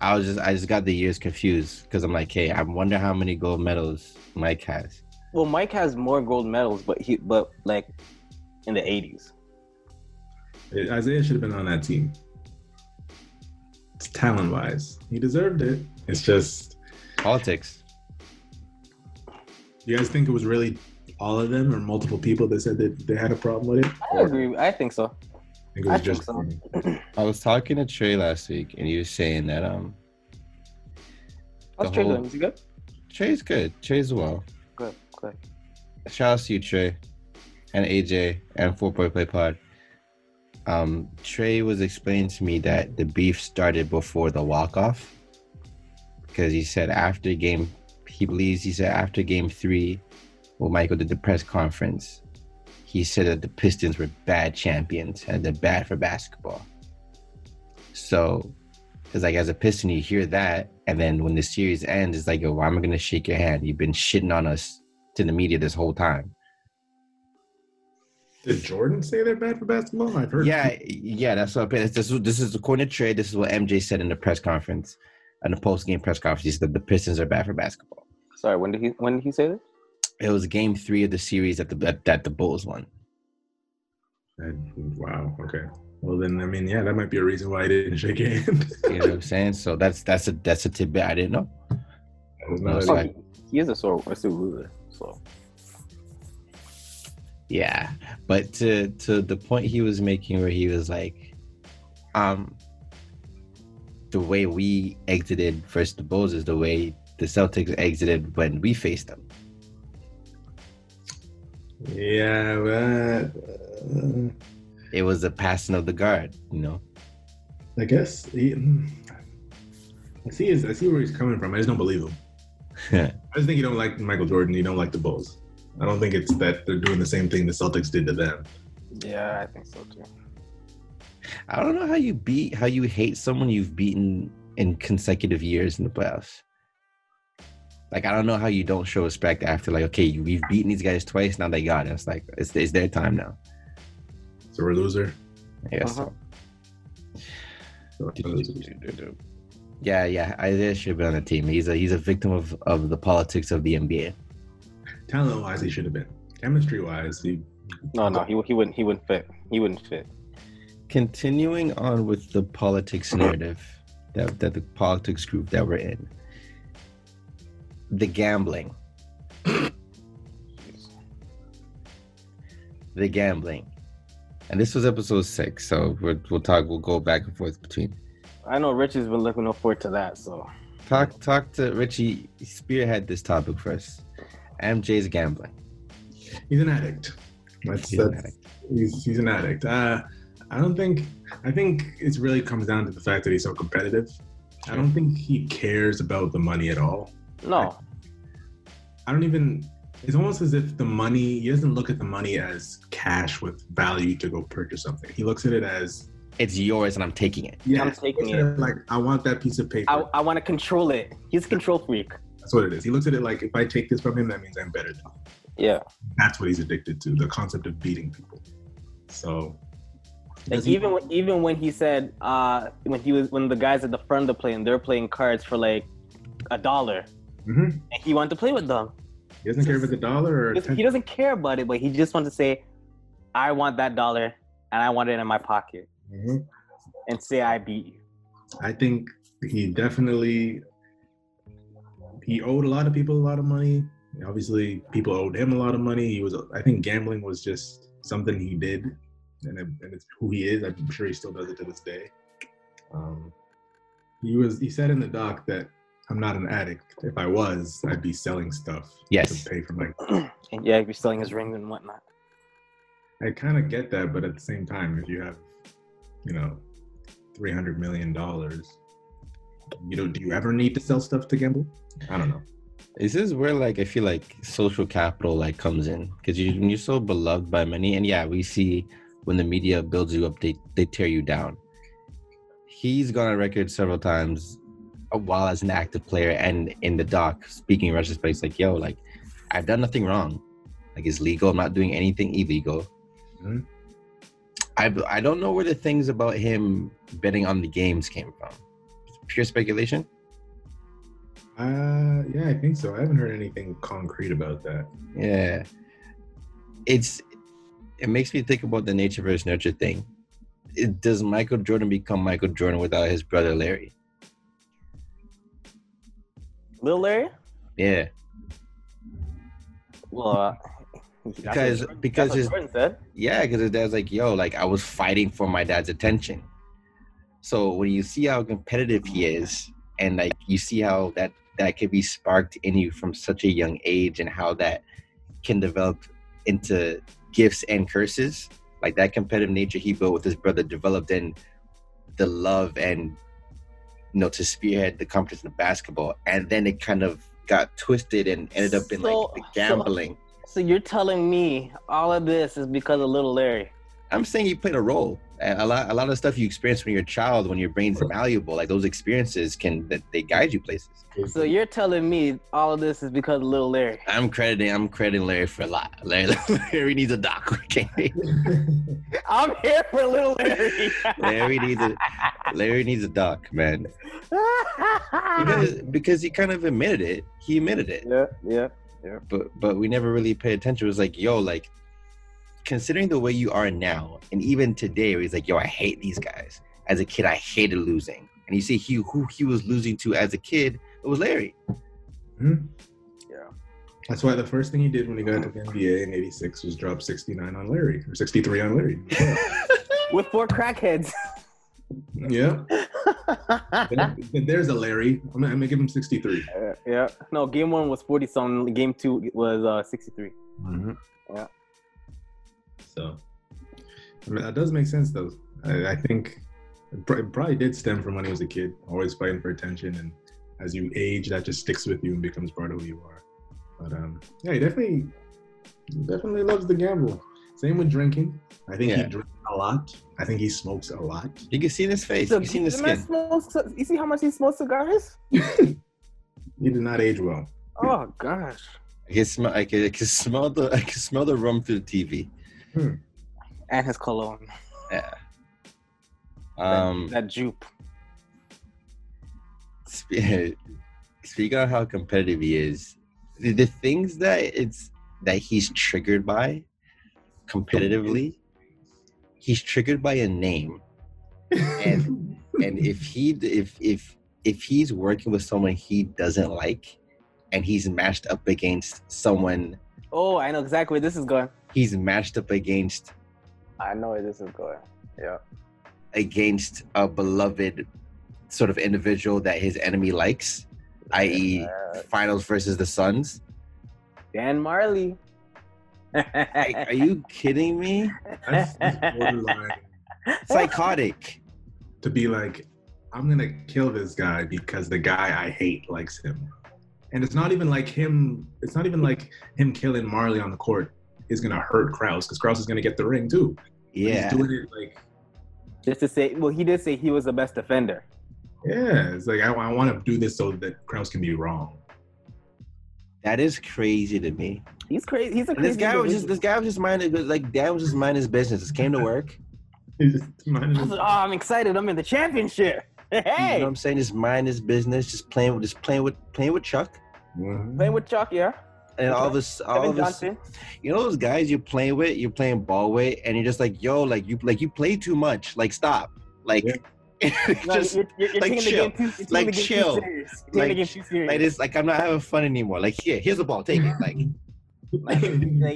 I was just I just got the years confused because I'm like, hey, I wonder how many gold medals Mike has. Well, Mike has more gold medals, but he but like in the 80s. It- Isaiah should have been on that team. It's talent wise. He deserved it. It's just, Politics. you guys think it was really all of them or multiple people that said that they had a problem with it? I agree. I think so. I think it was I think just. so. I was talking to Trey last week, and he was saying that um How's The Trey whole- doing? Is he good? Trey's good. Trey's well. Good, good. Shout out to you, Trey, and AJ, and Four Point Play Pod. Um, Trey was explaining to me that the beef started before the walk off, because he said after game, he believes he said after game three, when Michael did the press conference, he said that the Pistons were bad champions and they're bad for basketball. So, it's like as a Piston, you hear that, and then when the series ends, it's like, yo, why am I gonna shake your hand? You've been shitting on us to the media this whole time. Did Jordan say they're bad for basketball? I've heard. Yeah, yeah, that's what. This, this, this is according to Trey. This is what MJ said in the press conference, in the post game press conference. He said the Pistons are bad for basketball. Sorry, when did he when did he say that? It was Game Three of the series that the that, that the Bulls won. I- wow. Okay. Well, then, I mean, yeah, that might be a reason why I didn't shake hands. You know what I'm saying? So that's that's a that's a tidbit I didn't know. I didn't know No, Oh, that. sorry. he, he is a sore a sore loser. So Yeah, but to to the point he was making, where he was like, um, the way we exited versus the Bulls is the way the Celtics exited when we faced them. Yeah, but, uh, It was the passing of the guard, you know. I guess. He, hmm, I see. His, I see where he's coming from. I just don't believe him. I just think you don't like Michael Jordan. You don't like the Bulls. I don't think it's that they're doing the same thing the Celtics did to them. Yeah, I think so too. I don't know how you beat how you hate someone you've beaten in consecutive years in the playoffs. Like I don't know how you don't show respect after like okay you- we've beaten these guys twice now they got us like it's it's their time now. So we're a loser. I guess Uh-huh. So we're a loser. so. Yeah, yeah, Isaiah should be on the team. He's a he's a victim of of the politics of the NBA. Talent wise, he should have been. Chemistry wise, he No, no, he, he wouldn't. He wouldn't fit. He wouldn't fit. Continuing on with the politics narrative that that the politics group that we're in, the gambling. the gambling. And this was episode six, so we're, we'll talk. We'll go back and forth between. I know Rich has been looking forward to that. So Talk, talk to Richie. Spearhead this topic first. MJ's gambling. he's an addict. That's, He's an that's He's, he's an addict. Uh, I don't think. I think it really comes down to the fact that he's so competitive. I don't think he cares about the money at all. no, I don't even. It's almost as if the money. He doesn't look at the money as cash with value to go purchase something. He looks at it as It's yours, and I'm taking it. yeah, I'm taking he looks at Like I want that piece of paper. I, I want to control it. He's a control freak. That's what it is. He looks at it like if I take this from him, that means I'm better than him. yeah. That's what he's addicted to. The concept of beating people. So Like even when, even when he said uh, when he was when the guys at the front of the plane they're playing cards for like a dollar hmm and he wanted to play with them. he doesn't care about the dollar or He doesn't- He doesn't care about it, but he just wants to say, "I want that dollar and I want it in my pocket," Mhm. and say, "I beat you." I think he definitely he owed a lot of people a lot of money. Obviously, people owed him a lot of money. He was, I think, gambling was just something he did, and, it, and it's who he is. I'm sure he still does it to this day. Um, he was. He said in the doc that I'm not an addict. If I was, I'd be selling stuff Yes. to pay for my. And yeah, you're selling his rings and whatnot. I kind of get that, but at the same time, if you have, you know, three hundred million dollars, you know, do you ever need to sell stuff to gamble? I don't know. This is where like I feel like social capital like comes in because you when you're so beloved by many, and yeah, we see when the media builds you up, they they tear you down. He's gone on record several times uh, while as an active player and in the doc speaking in retrospect, it's like yo, like I've done nothing wrong, like it's legal. I'm not doing anything illegal. Mhm. I I don't know where the things about him betting on the games came from. Pure speculation. Uh, yeah, I think so. I haven't heard anything concrete about that. Yeah. It's it makes me think about the nature versus nurture thing. It, does Michael Jordan become Michael Jordan without his brother Larry? Lil Larry? Yeah. Well, uh, Because that's what- that's because what his Jordan said. yeah, because his dad's like, yo, like I was fighting for my dad's attention. So when you see how competitive he is and like you see how that that could be sparked in you from such a young age and how that can develop into gifts and curses, like that competitive nature he built with his brother developed in the love and you know to spearhead the competition of basketball and then it kind of got twisted and ended up in So- like the gambling. So you're telling me all of this is because of Little Larry? I'm saying you played a role. A a lot, a lot of stuff you experience when you're a child, when your brain's malleable, like those experiences can that they guide you places. So you're telling me all of this is because of Little Larry? I'm crediting, I'm crediting Larry for a lot. Larry, Larry needs a doc. Okay, I'm here for Little Larry. Larry needs a, Larry needs a doc, man. Because because he kind of admitted it. He admitted it. Yeah, yeah. but but we never really paid attention. It was like, yo, like considering the way you are now, and even today, where he's like, yo, I hate these guys. As a kid, I hated losing. And you see he who he was losing to as a kid, it was Larry. Mhm. Yeah. That's why the first thing he did when he got to the NBA in '86 was drop 69 on Larry or 63 on Larry. with four crackheads. Yeah, There- there's a Larry. I'm gonna, I'm gonna give him 63. Uh, yeah. No, game one was 40 something. Game two was uh, 63. Mm-hmm. So, I mean, that does make sense though. I, I think it pr- it probably did stem from when he was a kid, always fighting for attention, and as you age, that just sticks with you and becomes part of who you are. But um, yeah, he definitely, he definitely loves the gamble. Same with drinking. I think he Yeah. drinks a lot. I think he smokes a lot. You can see in his face. So, You can see in his the man skin. smokes- you see how much he smokes cigars? He did not age well. Oh gosh. I can smell. I can, I can smell the. I can smell the rum through the TV. And his cologne. Um, that jupe. sp- speak on how competitive he is. The, the things that it's that he's triggered by, competitively, he's triggered by a name, and and if he if if if he's working with someone he doesn't like, and he's matched up against someone Oh, I know exactly where this is going. he's matched up against I know where this is going. Yeah. against a beloved sort of individual that his enemy likes, i.e., Uh, finals versus the Suns. Dan Marley. Like, are you kidding me? That's, that's borderline Psychotic. to be like, I'm gonna kill this guy because the guy I hate likes him. And it's not even like him. It's not even like him killing Marley on the court is gonna hurt Kraus because Kraus is gonna get the ring too. Yeah. He's doing it like, Just to say, well, he did say he was the best defender. yeah, it's like I, I want to do this so that Kraus can be wrong. That is crazy to me. He's crazy. He's a And crazy. this guy was just this guy was just minding like dad was just minding his business. Just came to work. He's just minding I was his- like, oh, I'm excited. I'm in the championship. You know Hey, what I'm saying? Just mind his business, just playing with just playing with playing with Chuck. Mhm. playing with Chuck, yeah. And all of us all Kevin of us Johnson. you know those guys you're playing with, you're playing ball with, and you're just like, yo, like you like you play too much. Like stop. Like No, just you're, you're, you're like, taking chill. the game too, you're taking Like, the game chill. Too serious. You're taking Like, the game too serious. like it's like I'm not having fun anymore. Like here, here's the ball, take it. Like Like,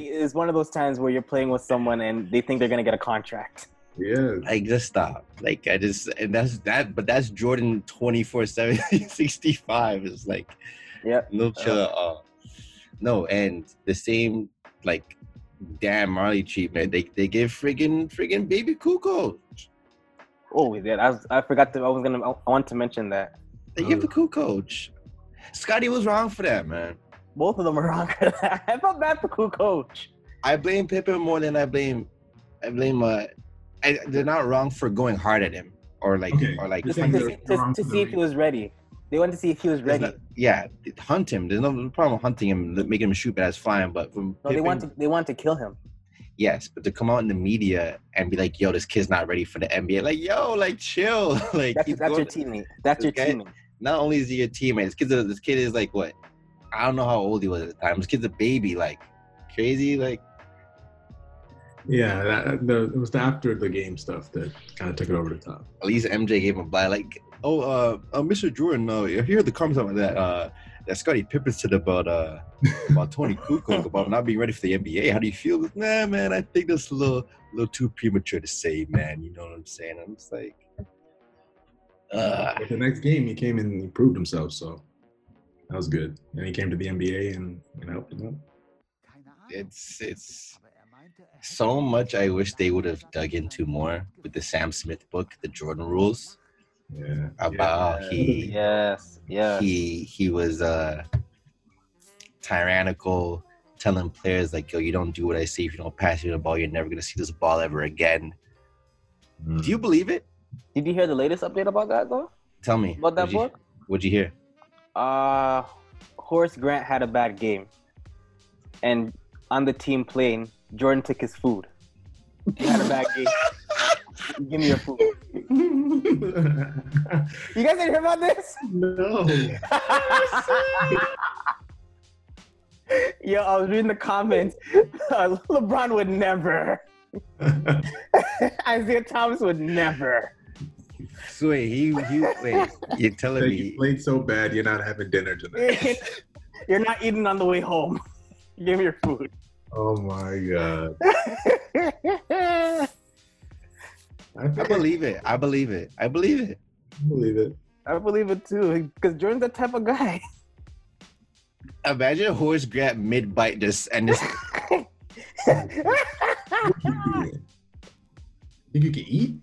it's one of those times where you're playing with someone and they think they're gonna get a contract. yeah, like just stop. Like I just and that's that but that's Jordan 24 7 65 is like Yep. no chill at all. No, and the same like damn Marley treatment. They they give friggin' friggin' baby Kuko. Oh, we did. I, was, I forgot to. I was gonna. I want to mention that They give the Kuko. coach. Scotty was wrong for that, man. both of them are wrong. I felt bad for cool coach. I blame Pippen more than I blame I blame uh I, they're not wrong for going hard at him or like Okay. or like Just Just like to, They're see, to, wrong to for see the if he was ready. They wanted to see if he was ready. There's not- yeah, hunt him. There's no problem hunting him, making him shoot bad flying. But from no, they Pippen- want to. They want to kill him. yes, but to come out in the media and be like, "Yo, this kid's not ready for the NBA," like, "Yo, like, chill." like, That's, he's that's your going- teammate. That's your Okay. teammate. not only is he your teammate, this kid, this kid is like what? I don't know how old he was at the time. This kid's a baby, like crazy, like yeah. That, the, it was the after the game stuff that kind of took it over the top. at least MJ gave him a bye. Like, oh, uh, uh Mr. Jordan, uh, I hear the comments about that uh, that Scotty Pippen said about uh, about Tony Kukoc about not being ready for the NBA. How do you feel? Nah, man, I think that's a little little too premature to say, man. You know what I'm saying? I'm just like, uh, But the next game, he came and he proved himself. So that was good. And he came to the NBA and, and helped him out. it's it's so much. I wish they would have dug into more with the Sam Smith book, The Jordan Rules, Yeah. about Yeah. he Yes. Yes. he he was uh tyrannical telling players like yo you don't do what i say if you don't pass me the ball you're never gonna see this ball ever again Hmm. Mm. do you believe it Did you hear the latest update about that though? tell me About that what'd you- book? what'd you hear Uh, Horace Grant had a bad game, and on the team plane, Jordan took his food. He had a bad game. Give me your food. You guys didn't hear about this? no. Yo, I was reading the comments. Uh, LeBron would never. Isaiah Thomas would never. so wait he, he wait you're telling Like, you me played so bad, you're not having dinner tonight. You're not eating on the way home. Give me your food. Oh my god. I I, I think I believe it. I believe it. I believe it. believe it. believe it too, because Jordan's that type of guy. Imagine a horse grab mid bite this and this. Think you can eat?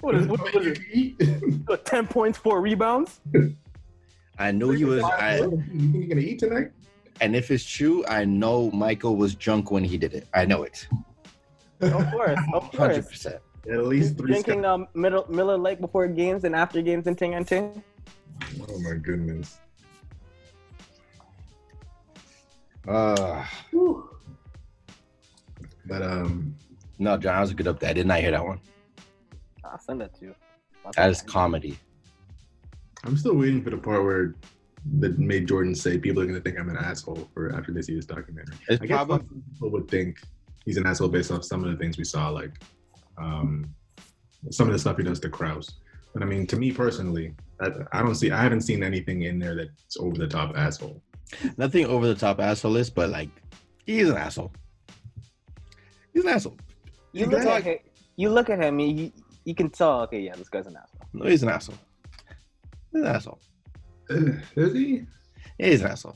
what is, what, what you is can eat? You it? Ten points, four rebounds. I know he was. I, you think you're gonna eat tonight? and if it's true, I know Michael was drunk when he did it. I know it. Of course, of Hundred course. percent. At least three. Drinking um, middle, Miller Lake before games and after games and ting and ting. scotch. Oh my goodness. Uh, But um, no, John, I was good up there. I did not hear that one. I'll send that to you. That is comedy. I'm still waiting for the part where that made Jordan say people are gonna think I'm an asshole for after they see this documentary. It's I guess probably some people would think he's an asshole based off some of the things we saw, like um, some of the stuff he does to Kraus. But I mean, to me personally, I, I don't see, I haven't seen anything in there that's over the top asshole. nothing over the top asshole is, but like, he's an asshole. He's an asshole. You You look guys- at him. You look at him. You, you can tell. Okay, yeah, this guy's an asshole. No, he's an asshole. He's an asshole. Ugh, Is he? Yeah, he's an asshole.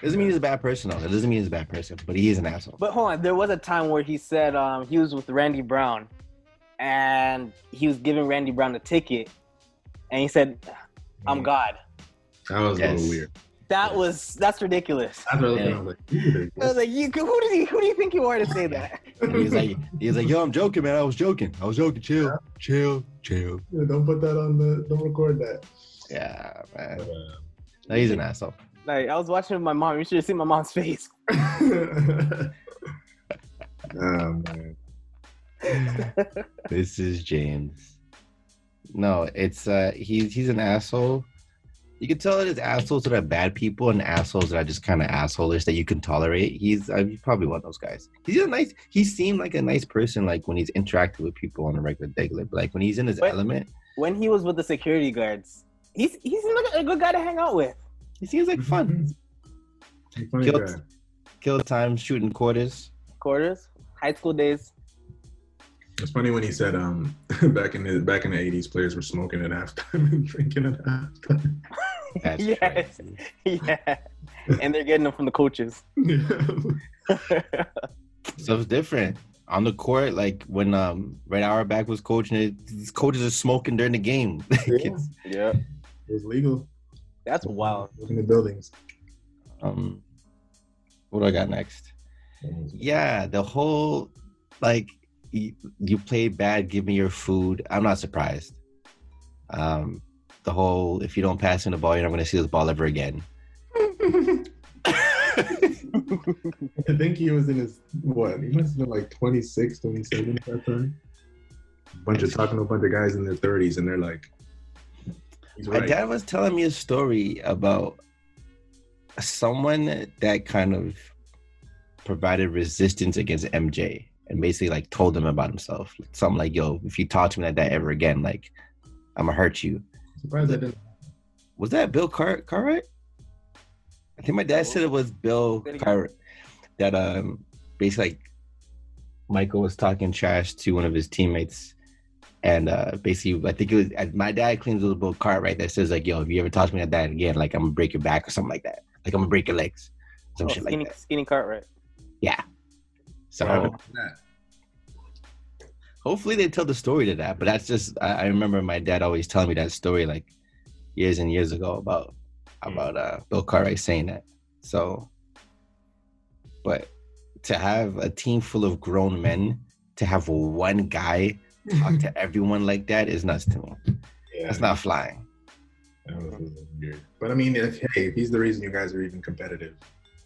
Doesn't mean he's a bad person though. That doesn't mean he's a bad person, but he is an asshole. But hold on, there was a time where he said um, he was with Randy Brown, and he was giving Randy Brown a ticket, and he said, "I'm Mm. God." That was a Yes. little weird. That was that's ridiculous. After I looked at him, I was like, "Dude, I was like, you, who does he? Who do you think you are to say that? And he's like, he's like, yo, I'm joking, man. I was joking. I was joking. Chill, chill, chill. don't put that on the, don't record that. Yeah, But, man. uh, No, he's an asshole. Like I was watching with my mom. You should have seen my mom's face. oh, man. This is James. No, it's uh, he's he's an asshole. You can tell that it's assholes that are bad people and assholes that are just kind of assholeish that you can tolerate. He's uh, he's probably one of those guys. He's a nice. He seemed like a nice person, like when he's interacting with people on a regular regular. But like when he's in his But- element, When he was with the security guards, he's he's like a good guy to hang out with. he seems like Mm-hmm. fun. Funny Guilt. guy. Kill time, shooting quarters. Quarters, high school days. It's funny when he said um back in the back in the eighties players were smoking at halftime and drinking at halftime. That's Yes. crazy. yeah, and they're getting them from the coaches. Yeah. Stuff's different on the court. Like when um Red Auerbach was coaching, it, these coaches are smoking during the game. Kids. Yeah, It was legal. that's wild. Looking at buildings. um, what do I got next? Yeah, the whole like you, you played bad. Give me your food. I'm not surprised. Um, the whole if you don't pass in the ball, you're not going to see this ball ever again. I think he was in his what? He must have been like 26, 27 at that time. Bunch of talking to a bunch of guys in their thirties and they're like He's My right. dad was telling me a story about someone that kind of provided resistance against MJ and basically like told him about himself. Like, something like, yo, if you talk to me like that ever again, like I'm gonna hurt you. surprised I didn't Was that Bill Car- Cartwright? I think my dad said it was Bill Say it again. Cartwright that um basically like Michael was talking trash to one of his teammates. And uh, basically, I think it was uh, my dad cleans a little Cartwright that says like, "Yo, if you ever talk to me like that again, like I'm gonna break your back or something like that. Like I'm gonna break your legs, some Oh, shit skinny, like that." skinny Cartwright. So happened to that. hopefully they tell the story to that. But that's just I, I remember my dad always telling me that story like years and years ago about about uh, Bill Cartwright saying that. So, but to have a team full of grown men to have one guy talk to everyone like that is nuts to me. Yeah. That's not flying. That was a little Mm-hmm. weird. But I mean, if, hey, if he's the reason you guys are even competitive,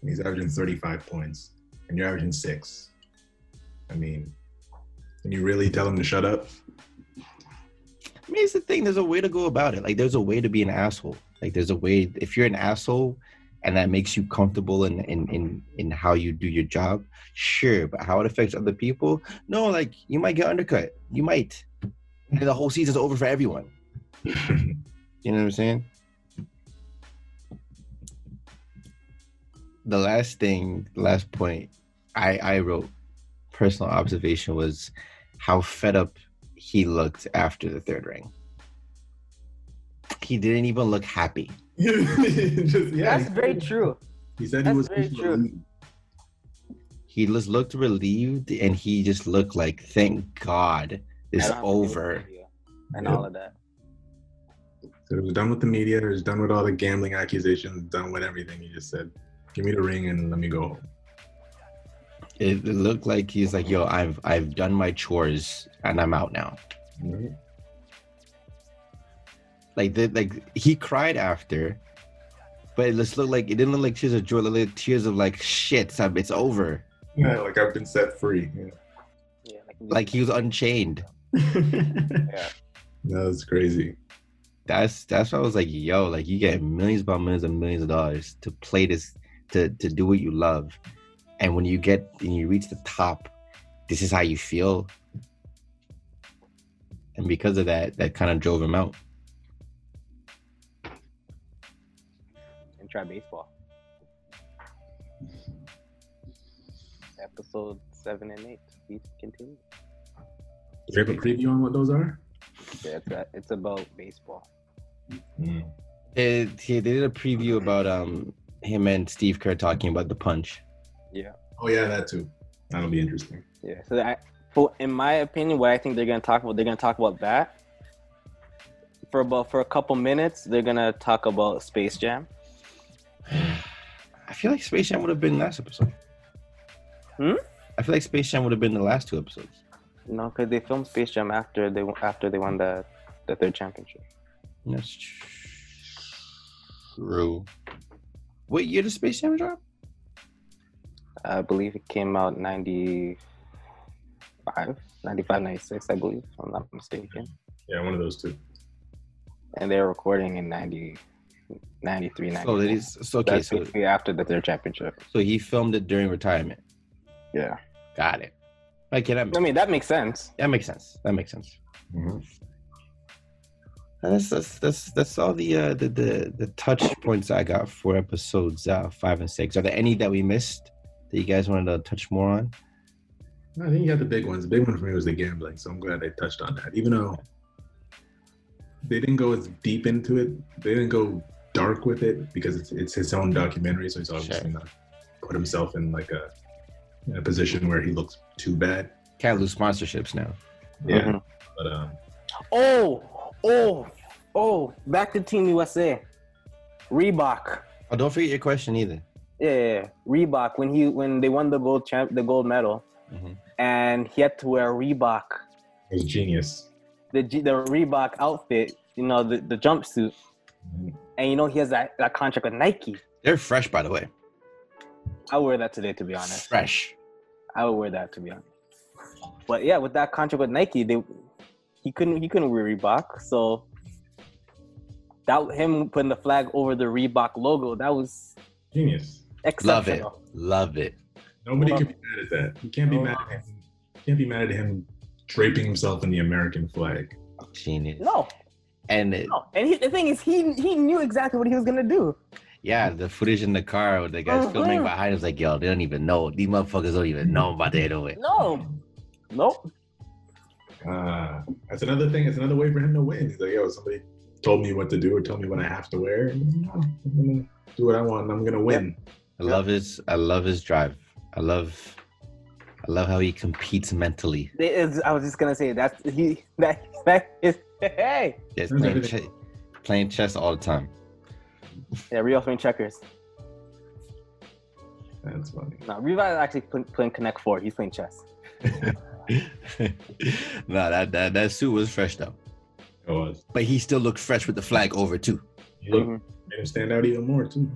and he's averaging 35 points, and you're averaging six, I mean, can you really tell him to shut up? I mean, it's the thing. There's a way to go about it. Like, there's a way to be an asshole. Like, there's a way. If you're an asshole, and that makes you comfortable in in in, in how you do your job, sure. But how it affects other people, no. Like, you might get undercut. You might, and the whole season's over for everyone. You know what I'm saying? the last thing, last point I I wrote personal observation was how fed up he looked after the third ring. He didn't even look happy. Just- yeah, That's very true. he said he That's was very true. He just looked relieved and he just looked like, thank God it's I don't have to do with over. media And Yep. all of that. So it was done with the media. It was done with all the gambling accusations. Done with everything. He just said, "Give me the ring and let me go." home." It looked like he's like, yo, I've I've done my chores and I'm out now. Like the, like he cried after, but it just looked like it didn't look like tears of joy, it looked like tears of like shit, son, it's over. Yeah, like I've been set free. Yeah. Yeah, like, Like he was unchained. That was crazy. That's that's why I was like, yo, like you get millions by millions and millions of dollars to play this, to to do what you love, and when you get and you reach the top, this is how you feel. And because of that, that kind of drove him out. and try baseball. Episode seven and eight. Please continue. Do you have a preview on what those are? Yeah, it's, a, it's about baseball. Mm. They, they did a preview about um him and Steve Kerr talking about the punch. Yeah. Oh yeah, that too. That'll be interesting. Yeah. So I, for in my opinion, what I think they're gonna talk about, they're gonna talk about that. For about for a couple minutes, they're gonna talk about Space Jam. I feel like Space Jam would have been last episode. Hmm? I feel like Space Jam would have been the last two episodes. No, because they filmed Space Jam after they after they won the the third championship. That's true. What year did Space Jam drop? I believe it came out 95, 95, 96, I believe, if I'm not mistaken. Yeah, one of those two. And they're recording in 90, 93, 94. So Oh, it is so okay. That's So, basically after the third championship. so he filmed it during retirement. Yeah. Got it. Okay, that I makes, mean, that makes sense. that makes sense. That makes sense. Mhm. And that's, that's that's that's all the uh, the, the the touch points I got for episodes uh, five and six. Are there any that we missed that you guys wanted to touch more on? I think you got the big ones. The big one for me was the gambling, so I'm glad they touched on that. Even though they didn't go as deep into it, they didn't go dark with it because it's, it's his own documentary, so he's obviously not put himself in like a a position where he looks too bad. Can't lose sponsorships now. Yeah, Mhm. but um, Oh, oh, oh, back to Team USA. Reebok. Oh, don't forget your question either. Yeah, yeah, yeah. Reebok when he when they won the gold champ the gold medal Mhm. and he had to wear Reebok it was genius. the G- the Reebok outfit, you know, the, the jumpsuit. Mhm. And you know he has that, that contract with Nike. They're fresh, by the way. I wear that today to be honest. Fresh. I would wear that to be honest. But yeah, with that contract with Nike, they he couldn't he couldn't wear Reebok. So that him putting the flag over the Reebok logo, that was Genius. Love it. exceptional. Love it. Nobody Well- can be mad at that. You can't be Oh. mad at him. You can't be mad at him draping himself in the American flag. Genius. No, And it, no. And he, the thing is, he he knew exactly what he was gonna do. yeah, the footage in the car, with the guys Mhm. filming behind us, like, yo, they don't even know. These motherfuckers don't even know about the 808. No, nope. Ah, that's another thing. It's another way for him to win. He's like, yo, somebody told me what to do or told me what I have to wear. No, I'm gonna do what I want and I'm gonna win. I love his. I love his drive. I love. I love how he competes mentally. It is- I was just gonna say that's he that that is hey. Just Who's playing, everything? che- playing chess all the time. Yeah, Rio's playing checkers. That's funny. No, Rio is actually playing, playing Connect Four. He's playing chess. no, that, that that suit was fresh though, It was. but he still looked fresh with the flag over too. He looked, made him stand out even more too.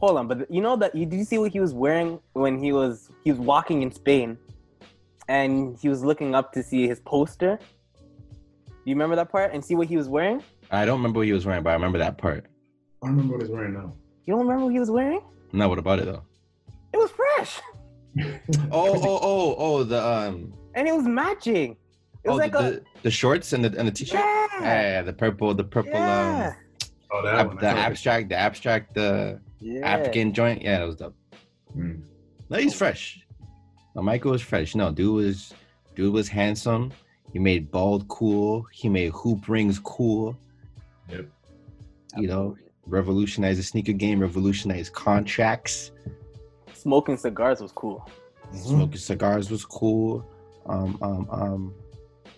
Hold on, but you know that you did you see what he was wearing when he was he was walking in Spain, and he was looking up to see his poster. Do you remember that part? And see what he was wearing? I don't remember what he was wearing, but I remember that part. I don't remember what he's wearing now. You don't remember what he was wearing? No, what about it though? It was fresh, Oh, oh, oh, oh, the um, and it was matching. It oh, was like the, a the shorts and the and the t-shirt. yeah, Yeah, the purple, the purple, yeah. um, Oh, that ab- one. the abstract, the abstract, the Yeah. Oh. African joint. Yeah, that was dope. Mm. No, he's fresh. No, Michael was fresh. No, dude was dude was handsome. He made bald cool. He made hoop rings cool. Yep. You know, revolutionized the sneaker game. Revolutionized contracts. Smoking cigars was cool. Smoking cigars was cool. Um, um, um,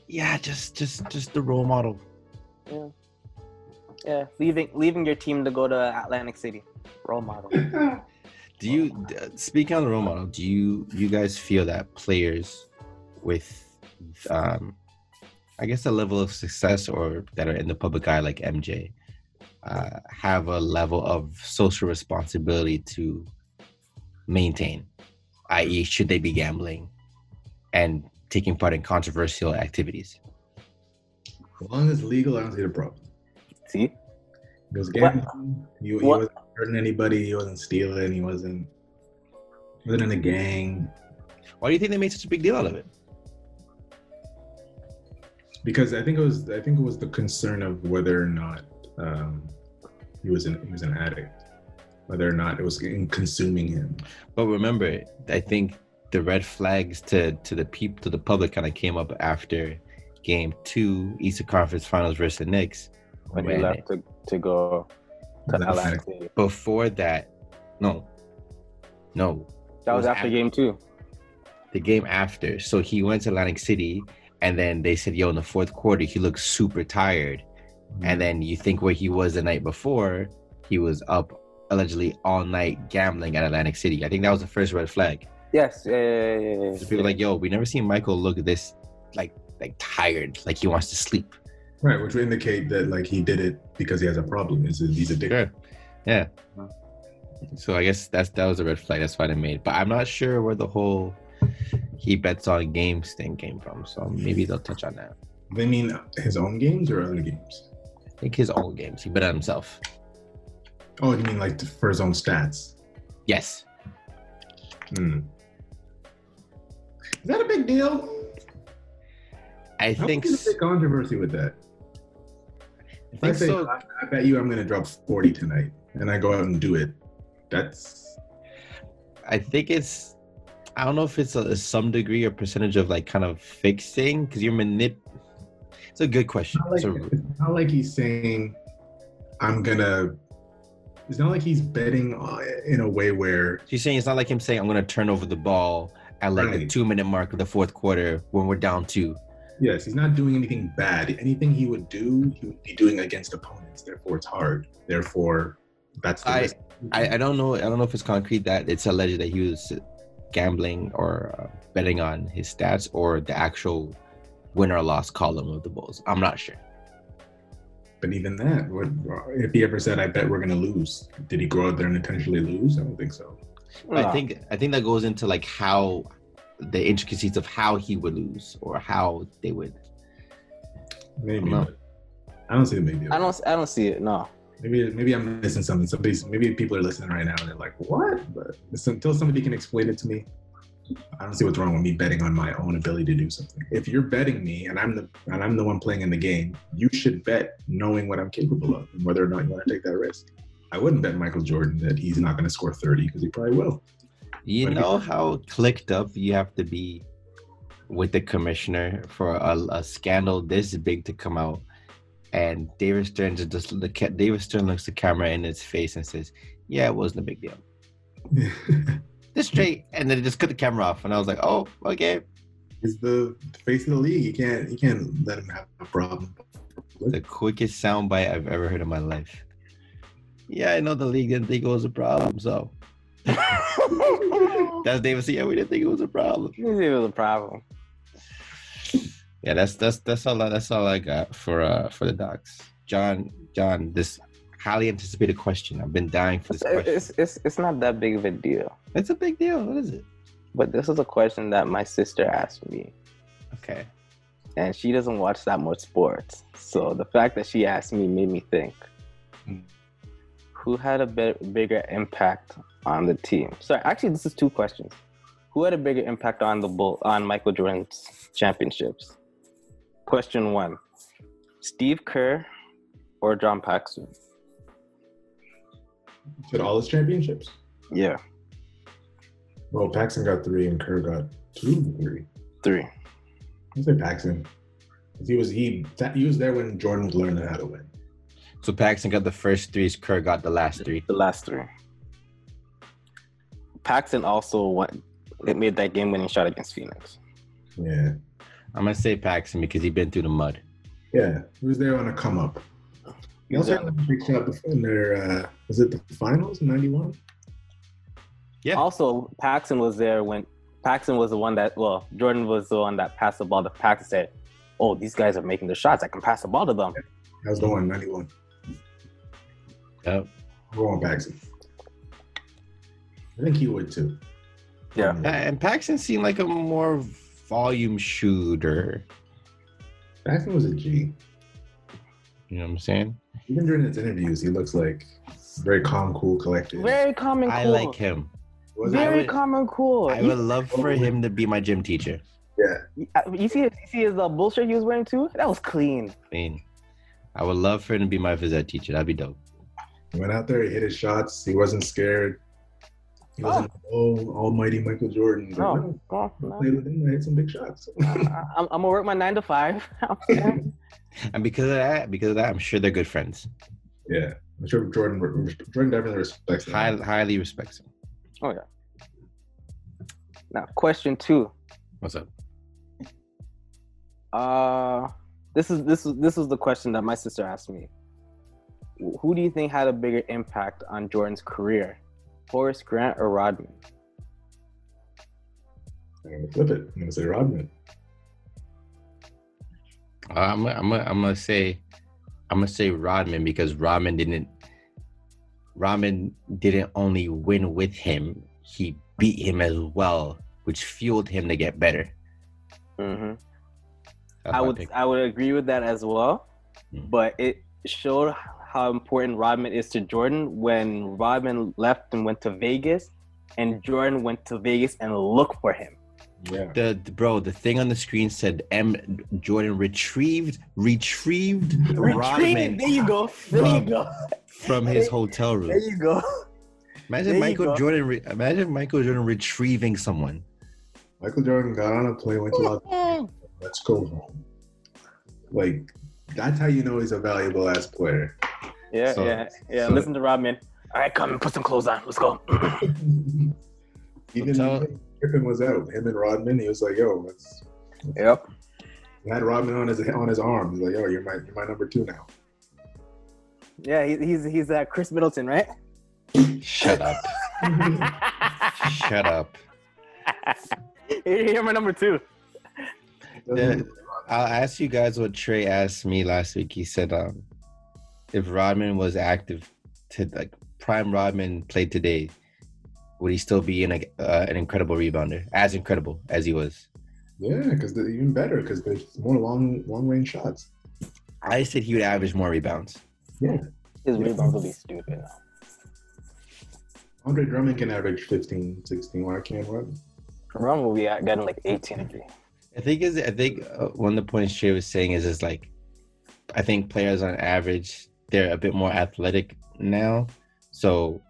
yeah, just, just, just the role model. Yeah. Leaving leaving your team to go to Atlantic City. Role model. hmm. Do you uh, speaking on the role model? Do you you guys feel that players with, um, I guess a level of success or that are in the public eye like MJ, uh, have a level of social responsibility to maintain, i.e., should they be gambling and taking part in controversial activities? As long as legal, I don't see the problem. See? He was What- gambling. He, he what- wasn't hurting anybody. He wasn't stealing. He wasn't he wasn't in a gang Why do you think they made such a big deal out of it? because I think it was I think it was the concern of whether or not um, he was an he was an addict, whether or not it was in- consuming him. But remember, I think the red flags to to the peop to the public kind of came up after game two, Eastern Conference Finals versus the Knicks. When When he left to, to go to That's Atlantic City. Before that, no, no, That It was was after after- game two. the game after. So he went to Atlantic City, and then they said, "Yo, in the fourth quarter, he looked super tired." Mm-hmm. And then you think where he was the night before, he was up allegedly all night gambling at Atlantic City. I think that was the first red flag. Yes. Yeah. yeah, yeah, yeah, yeah. Just people like, yo, we never seen Michael look this like like tired, like he wants to sleep. Right, which would indicate that like he did it because he has a problem. Is he's addicted? Sure. Yeah. So I guess that's that was a red flag. That's why they made. But I'm not sure where the whole he bets on games thing came from. So maybe they'll touch on that. They mean his own games or other games? I think his own games. He bet on himself. Oh, you mean like for his own stats? Yes. Hmm. Is that a big deal? I I think there's s- a big controversy with that. I If I think say so. I, I bet you I'm going to drop 40 tonight, and I go out and do it. That's I think it's I don't know if it's a, some degree or percentage of like kind of fixing because you're manip. It's a good question. not like, It's a- it's not like he's saying I'm gonna. It's not like he's betting uh, in a way where So you're saying it's not like him saying I'm gonna turn over the ball at like the Right. two minute mark of the fourth quarter when we're down two. yes, he's not doing anything bad. Anything he would do, he would be doing against opponents. Therefore, it's hard. Therefore, that's the I- risk. I, I don't know. I don't know if it's concrete that it's alleged that he was gambling or uh, betting on his stats or the actual win or loss column of the Bulls. I'm not sure. But even that, what, uh, if he ever said, "I bet we're gonna lose," did he go out there and intentionally lose? I don't think so. But I think I think that goes into like how the intricacies of how he would lose or how they would. Maybe. No. but I don't see the big deal. I don't I don't see it, no. Maybe maybe I'm missing something. Somebody's maybe people are listening right now and they're like, "What?" But it's- until somebody can explain it to me, I don't see what's wrong with me betting on my own ability to do something. If you're betting me and I'm the and I'm the one playing in the game, you should bet knowing what I'm capable of and whether or not you want to take that risk. I wouldn't bet Michael Jordan that he's not going to score 30 because he probably will. You But if- know how clicked up you have to be with the commissioner for a, a scandal this big to come out, and David Stern just just look ca- David Stern looks the camera in his face and says, "Yeah, it wasn't a big deal." This straight, and then he just cut the camera off, and I was like, "Oh, okay." he's the face of the league. You can't you can't let him have a problem. The quickest soundbite I've ever heard in my life. Yeah, I know the league didn't think it was a problem, so that's David. saying, Yeah, we didn't think it was a problem. It was a problem. yeah that's that's that's all I, that's all i got for uh for the docs john john this highly anticipated question i've been dying for this It- question It's, it's, it's not that big of a deal. it's a big deal what is it But this is a question that my sister asked me, okay and she doesn't watch that much sports. So the fact that she asked me made me think Mm. Hmm. who had a bit bigger impact on the team? Sorry, actually, this is two questions. Who had a bigger impact on the Bull on Michael Jordan's championships? Question one: Steve Kerr or John Paxson? Did all his championships. Yeah, Well, Paxton got three and Kerr got two, three. three. I say Paxton. 'Cause He was he that, he was there when Jordan was learning how to win. So Paxton got the first three. Kerr got the last three. The last three. Paxton also won. It made that game-winning shot against Phoenix. Yeah, I'm gonna say Paxton because he's been through the mud. yeah, he was there on a come up. He also had a big shot before in their uh, was it the finals '91? Yeah. Also, Paxton was there when Paxton was the one that well, Jordan was the one that passed the ball to Paxton. Said, "Oh, these guys are making the shots. I can pass the ball to them." That was the one '91. Yep. We're going Paxton. I think he would too. Um, Yeah. Uh, And Paxton seemed like a more volume shooter. Paxton was a G. You know what I'm saying? Even during his interviews, he looks like very calm, cool, collected. Very calm and cool. I like him. Was it- I Very would- calm and cool. I You- would love for him to be my gym teacher. You, uh, you see, you see the bullshit he was wearing too. That was clean. I mean, I would love for him to be my phys ed teacher. That'd be dope. He went out there, he hit his shots. He wasn't scared. He wasn't, oh, almighty Michael Jordan. He's like, No. "No, Well, I no. played with him, I hit some big shots. I- I'm, I'm gonna work my nine to five. And because of that, because of that, I'm sure they're good friends. yeah. I'm sure Jordan, Jordan definitely respects him. High, highly respects him. now, question two. What's up? Uh, this is this is this was the question that my sister asked me. Who do you think had a bigger impact on Jordan's career, Horace Grant or Rodman? I'm going to flip it. I'm going to say Rodman. Uh, I'm, I'm, I'm gonna say, I'm gonna say Rodman because Rodman didn't, Rodman didn't only win with him, he beat him as well, which fueled him to get better. Mm-hmm. That's my I would pick. I would agree with that as well, Mm. but it showed how important Rodman is to Jordan when Rodman left and went to Vegas, and Jordan went to Vegas and looked for him. Yeah. The, the- bro, the thing on the screen said M Jordan retrieved retrieved, Rodman Retrieved. There you go. There you Rodman. go. from his hotel There room. you go. there Imagine you Michael go. Jordan. Re- imagine Michael Jordan retrieving someone. Michael Jordan got on a plane, went to Los Angeles. Let's go home. Like, that's how you know he's a valuable ass player. Yeah, So- yeah, yeah. so- Listen to Rodman. All right, come and put some clothes on. Let's go. Even tell- when Griffin was out, him and Rodman, he was like, yo, let's. Yep. He had Rodman on his on his arm. He's like, yo, you're my you're my number two now. Yeah, he, he's he's uh, Chris Middleton, right? Shut up. Shut up. You're my number two. Yeah. I'll ask you guys what Trey asked me last week. He said, um, if Rodman was active to like prime Rodman played today, would he still be an, uh, an incredible rebounder? As incredible as he was. Yeah, because they're even better because they're more long long range shots. I said he would average more rebounds. His rebounds will be stupid. Andre Drummond can average 15, 16. Why can't Rodman? Ron will be at- getting like 18 again. I think is I think uh, one of the points Trey was saying is is like, I think players on average they're a bit more athletic now, so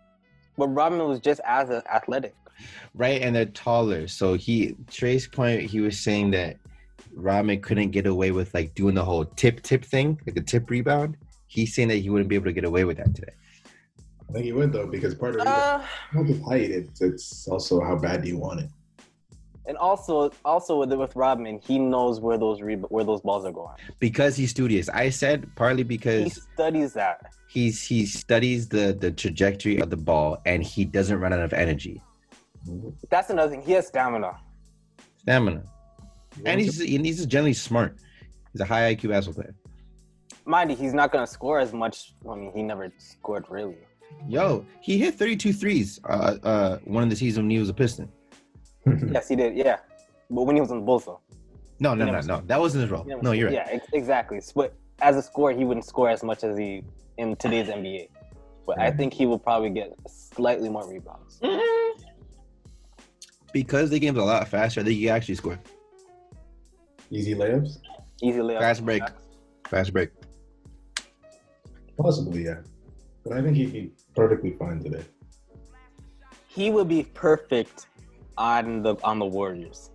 But Rodman was just as athletic. right and they're taller. So he Trey's point he was saying that Ramen couldn't get away with like doing the whole tip tip thing, like a tip rebound. He's saying that he wouldn't be able to get away with that today. I think he would though because part of it, Uh, not just height. It's it's also how bad do you want it. and also, also with with Rodman, he knows where those re- where those balls are going. Because he's studious. I said partly He because studies that. he's he studies the the trajectory of the ball and he doesn't run out of energy. That's another thing. He has stamina. Stamina. And he's and he's just generally smart. He's a high IQ basketball player. Mind you, he's not gonna score as much. I mean, he never scored really. Yo, he hit 32 threes uh, uh, one of the season when he was a Piston. Hmm. Yes, he did. Yeah, but when he was on the Bulls, though. No, no, no, no. That wasn't his role. He never No, scored. you're right. Yeah, ex- exactly. But as a scorer, he wouldn't score as much as he in today's NBA. But I Hmm. Right. think he will probably get slightly more rebounds. Because the game's a lot faster, I think you actually score. Easy layups, Easy layup. Fast break. Fast break. possibly. Yeah, But I think he'd be perfectly fine today. He would be perfect on the on the Warriors.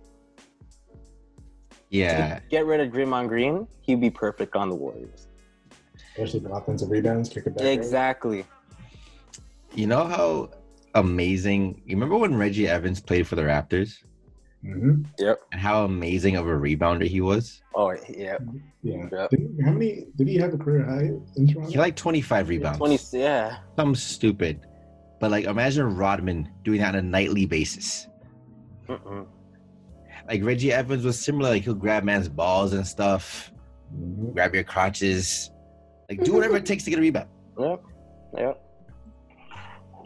Yeah, Get rid of Draymond Green, he'd be perfect on the Warriors. Especially the offensive rebounds, kick it back. Exactly. you know how amazing. You remember when Reggie Evans played for the Raptors Mm-hmm. and how amazing of a rebounder he was? Oh yeah, Yeah. Yep. Did he, how many did he have a career high in Toronto? He like twenty five rebounds. twenty. Yeah, Something stupid, but like imagine Rodman doing that on a nightly basis. Mm-mm. Like Reggie Evans was similar. Like he'll grab man's balls and stuff. Mhm. grab your crotches, like do whatever it takes to get a rebound. yeah.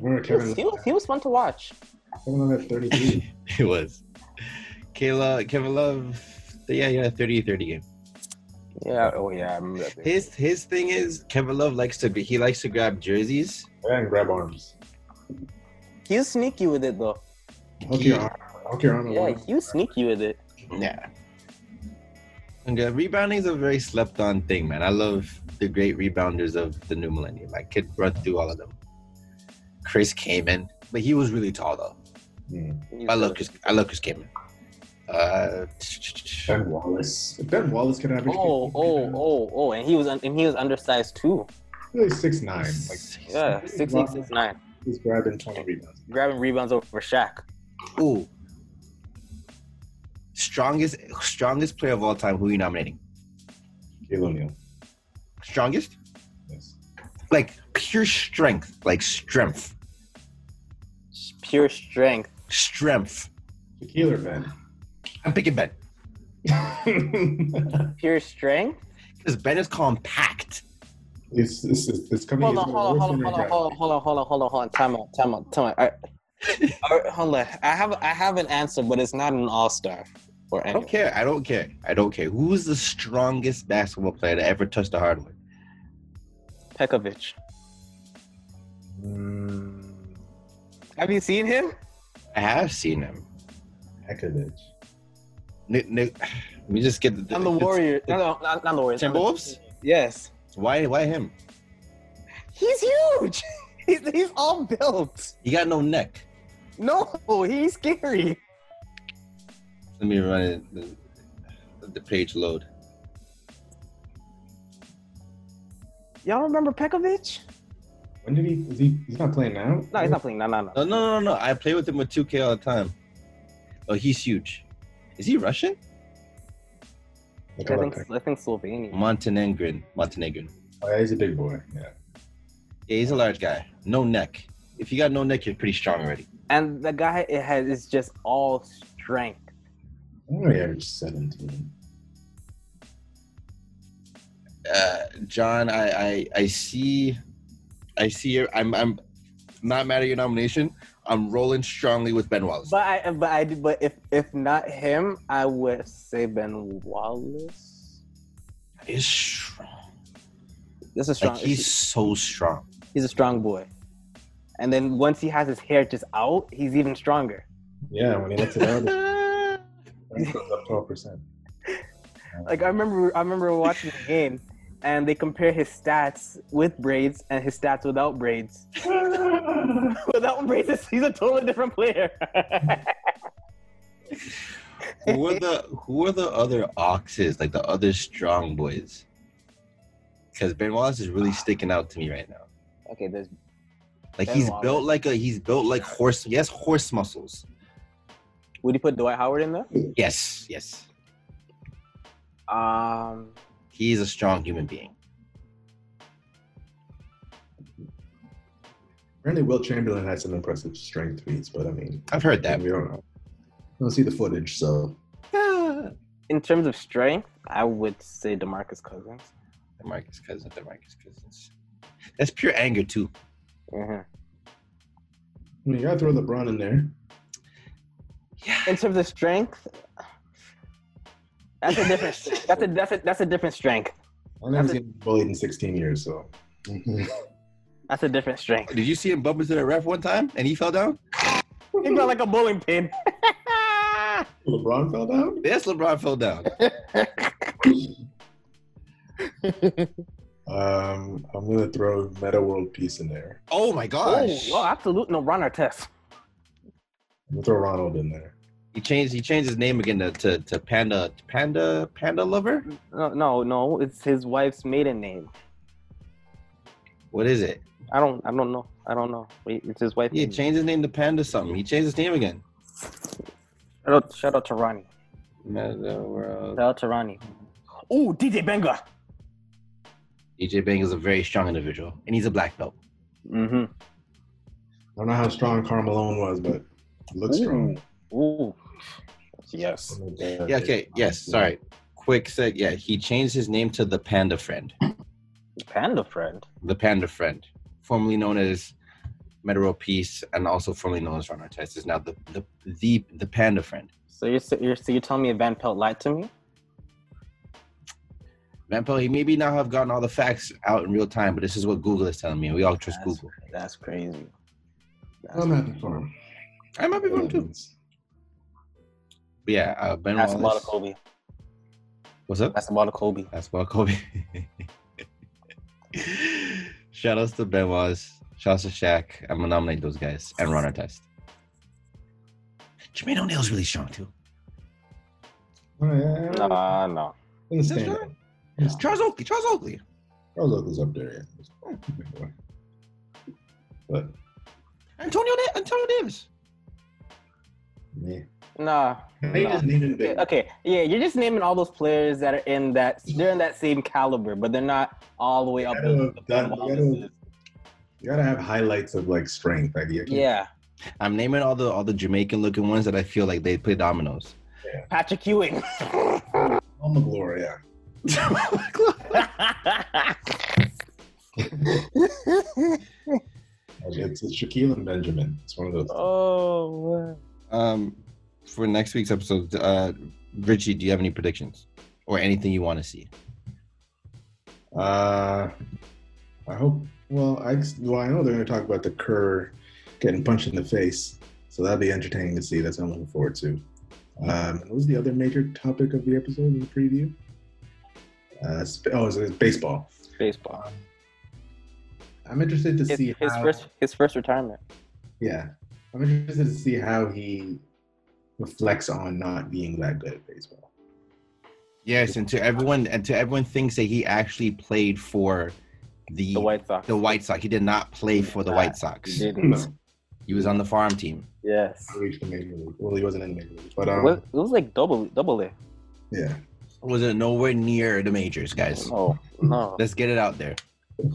Remember He was, Kevin, he was he was fun to watch. Kevin Love had 33. It was. Kayla, Kevin Love, yeah, yeah, 30 30 game. Yeah. Oh yeah. I remember that thing. His his thing is Kevin Love likes to be, he likes to grab jerseys. and grab arms. He was sneaky with it though. Hook He- your arm. Hook your Mm-hmm. arm. Yeah, he was sneaky with it. yeah. And uh, rebounding is a very slept on thing, man. I love the great rebounders of the new millennium. I could run through all of them. Chris Kaman, but he was really tall though. Hmm. I love Chris. I love Chris Kaman. Uh, Ben Wallace. If Ben Wallace can average. Oh, oh, oh, oh, and he was un- and he was undersized too. Really six nine. Like Yeah, six eight, six nine, he's grabbing twenty rebounds. grabbing rebounds over Shaq. Ooh. Strongest strongest player of all time. Who are you nominating? Gail O'Neal. Strongest? Yes. Like pure strength. Like strength. Pure strength. Strength. Shaquille or Ben? I'm picking Ben. Pure strength. Because Ben is compact. it's, it's, it's, it's coming. Hold it's on, gonna hold on, work hold on, in hold your on, hold on, hold on, hold on, hold on, hold on. Time out, time out, time out. All right. All right, hold on. I have I have an answer, but it's not an all star or I anything. don't care. I don't care. I don't care. Who's the strongest basketball player to ever touch the hardwood? Pekovic. draft. Mm, Have you seen him? I have seen him. Pekovic. Nick, Nick, let me just get the, On the Warriors. No, no, not, not the Warriors. on the- Timberwolves? Yes. Why why him? He's huge. He's, he's all built. He got no neck. No, he's scary. Let me run it. The, the page load. Y'all remember Pekovic? When did he? Is he? He's not playing now. No, he's not playing. No, no, no. No, no, no, no. I play with him with 2K all the time. Oh, he's huge. Is he Russian? I I call that think, I think Slovenia. Montenegrin. Montenegrin. Pek- Oh, yeah, he's a big boy. Yeah. Yeah, he's a large guy. No neck. If you got no neck, you're pretty strong already. And the guy it has is just all strength. I think he averaged seventeen. Uh, John, I, I, I see, I see. Your, I'm, I'm not mad at your nomination. I'm rolling strongly with Ben Wallace. But I, but I, but if if not him, I would say Ben Wallace. he's strong. This is strong. Like he's so strong. he's a strong boy. And then once he has his hair just out, he's even stronger. Yeah, when he lets it out, it goes up twelve percent. Like I remember, I remember watching the game, and they compare his stats with braids and his stats without braids. without braids, he's a totally different player. who are the Who are the other oxes? Like the other strong boys? Because Ben Wallace is really sticking out to me right now. okay, there's Like Ben he's Wallace. built like a he's built like horse. He has horse muscles. would you put Dwight Howard in there? Yes, yes. Um, He is a strong human being. Apparently, Will Chamberlain had some impressive strength feats, but I mean, I've heard that. we don't know. We don't see the footage, so Ah. in terms of strength, I would say DeMarcus Cousins. Demarcus Cousins, Demarcus Cousins. That's pure anger too. Mhm. I mean, you gotta throw LeBron in there. Yeah. In terms of strength, that's a different. that's a different. That's a different strength. I know he's getting bullied in 16 years, so. Mm-hmm. That's a different strength. Did you see him bump into the ref one time and he fell down? He got like a bowling pin. LeBron fell down? Yes, LeBron fell down. Um, I'm gonna throw Meta World Peace in there. Oh my gosh. Oh, absolutely. No, Ron Artest. I'm gonna throw Ronald in there. He changed he changed his name again to, to, to Panda Panda Panda Lover? No, no, no. It's his wife's maiden name. What is it? I don't. I don't know. I don't know. Wait, It's his wife's He name. changed his name to Panda something. He changed his name again. Shout out, shout out to Ronnie. Meta World. Shout out to Ronnie. Ooh, DJ Benga. DJ E Bang is a very strong individual and he's a black belt. Mm-hmm. I don't know how strong Carmelone was, but he looks strong. Ooh. Yes. Yeah, okay. Yes, sorry. Quick said, yeah, he changed his name to the Panda Friend. Panda friend. The Panda Friend, formerly known as Metro Peace and also formerly known as Ron Artest, is now the the the, the Panda Friend. So you're, so you're so you're telling me Van Pelt lied to me? Vampo, he maybe not have gotten all the facts out in real time, but this is what Google is telling me. We all trust That's- Google. That's crazy. That's I'm happy for him. I'm happy for him too. But yeah, uh, Ben Um, That's a lot Wallace. of Kobe. What's up? That's a lot of Kobe. That's about Kobe. Shout outs to Ben Wallace. Shout outs to Shaq. I'm gonna nominate those guys and run our test. Jermaine O'Neal's really strong too. All right, I don't- Nah, no. I understand that. Yes. Charles Oakley. Charles Oakley. Charles Oakley's up there, yeah. oh, But Antonio. Da- Antonio Davis. yeah. Nah. They nah. just needed Yeah, a Okay, yeah, you're just naming all those players that are in that they're in that same caliber, but they're not all the way up. Gotta in the have done- Ben gotta- Wallace's. You gotta have highlights of like strength. Like, you can't- Yeah, I'm naming all the all the Jamaican looking ones that I feel like they play dominoes. Patrick Ewing. Alma Gloria. yeah. It's, it's Shaquille and Benjamin. It's one of those. oh, um, for next week's episode, uh, Richie, do you have any predictions or anything you want to see? Uh, I hope. Well, I well I know they're going to talk about the Kerr getting punched in the face, so that'll be entertaining to see. That's what I'm looking forward to. Um, what was the other major topic of the episode in the preview? Uh, sp- oh, it was, it was baseball. baseball. I'm interested to His, see his how, first his first retirement. Yeah, I'm interested to see how he reflects on not being that good at baseball. Yes, and to everyone, and to everyone thinks that he actually played for the The White Sox. the White Sox. He did not play for the White Sox. He didn't. No, He was on the farm team. Yes. he reached the major league. Well, he wasn't in the major league, but um, It was, it was like double double A. yeah. Was it nowhere near the majors, guys? No, no, Let's get it out there.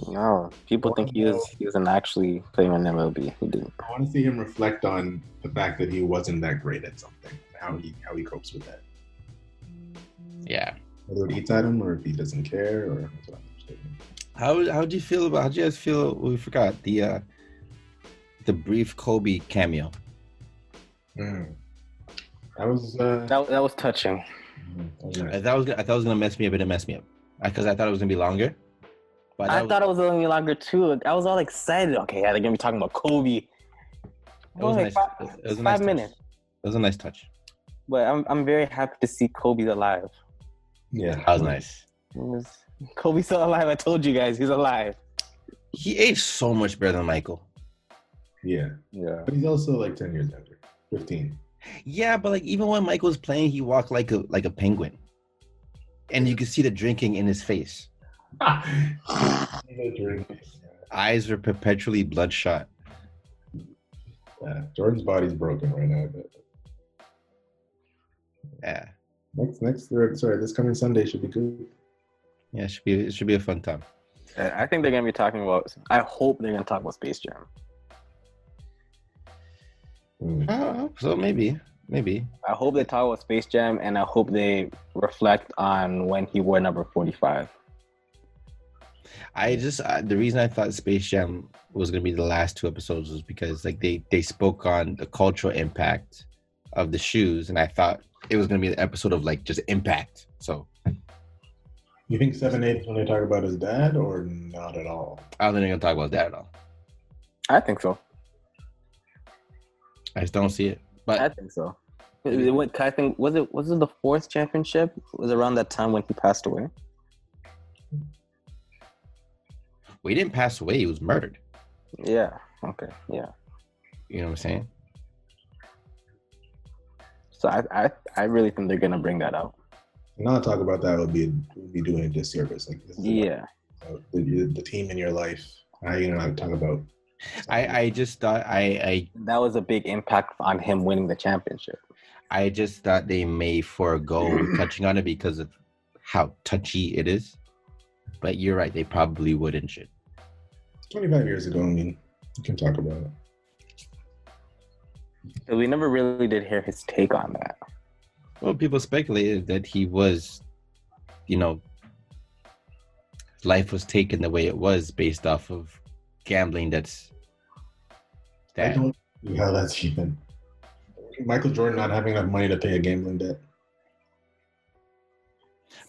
no. People think he was he wasn't actually playing in MLB. He didn't. I want to see him reflect on the fact that he wasn't that great at something. How he how he copes with that. Yeah. Whether it eats at him or if he doesn't care or. that's what I'm interested in. How how do you feel about? How do you guys feel? We forgot the uh the brief Kobe cameo. Mm. That was. Uh, That that was touching. I thought it was gonna, I thought it was gonna mess me up. It didn't mess me up because I thought it was gonna be longer. But I thought it was going to be longer too. I was all excited. Okay, yeah, they're gonna be talking about Kobe. It was a Only nice. five- It was a nice five touch. minutes. It was a nice touch. But I'm I'm very happy to see Kobe alive. yeah. That was nice. It was- Kobe's still alive. I told you guys, he's alive. He aged so much better than Michael. Yeah, Yeah. but he's also like ten years younger, fifteen. Yeah, but like even when Michael was playing, he walked like a like a penguin, and you could see the drinking in his face. Eyes were perpetually bloodshot. Yeah, Jordan's body's broken right now. But Yeah, next, next, or, sorry, this coming Sunday should be good. yeah. It should be it should be a fun time. Uh, I think they're gonna be talking about. I hope they're gonna talk about Space Jam. Mm. Oh, so maybe maybe. I hope they talk about Space Jam, and I hope they reflect on when he wore number forty-five. I just I, the reason I thought Space Jam was gonna be the last two episodes was because like they they spoke on the cultural impact of the shoes, and I thought it was gonna be an episode of like just impact. So You think seven eight is when they talk about his dad, or not at all? I don't think they're gonna talk about that at all. I think so. I just don't see it. Uh, I But think so. It- it went- I think was it was it the fourth championship? It was around that time when he passed away. Well, he didn't pass away. He was murdered. Yeah. Okay. Yeah. You know what I'm saying? So I, I, I really think they're gonna bring that out. Not talk about that would be would be doing a disservice. Like this is Yeah. about the, the team in your life. How you gonna not talk about? I, I just thought I, That was a big impact on him winning the championship. I I just thought they may forego touching on it because of how touchy it is. But you're right. They probably wouldn't. Should. 25 years ago. I mean, you can talk about it. So we never really did hear his take on that. Well, people speculated that he was, you know, life was taken the way it was based off of gambling. That's I that. don't see how that's even. Michael Jordan not having enough money to pay a gambling debt.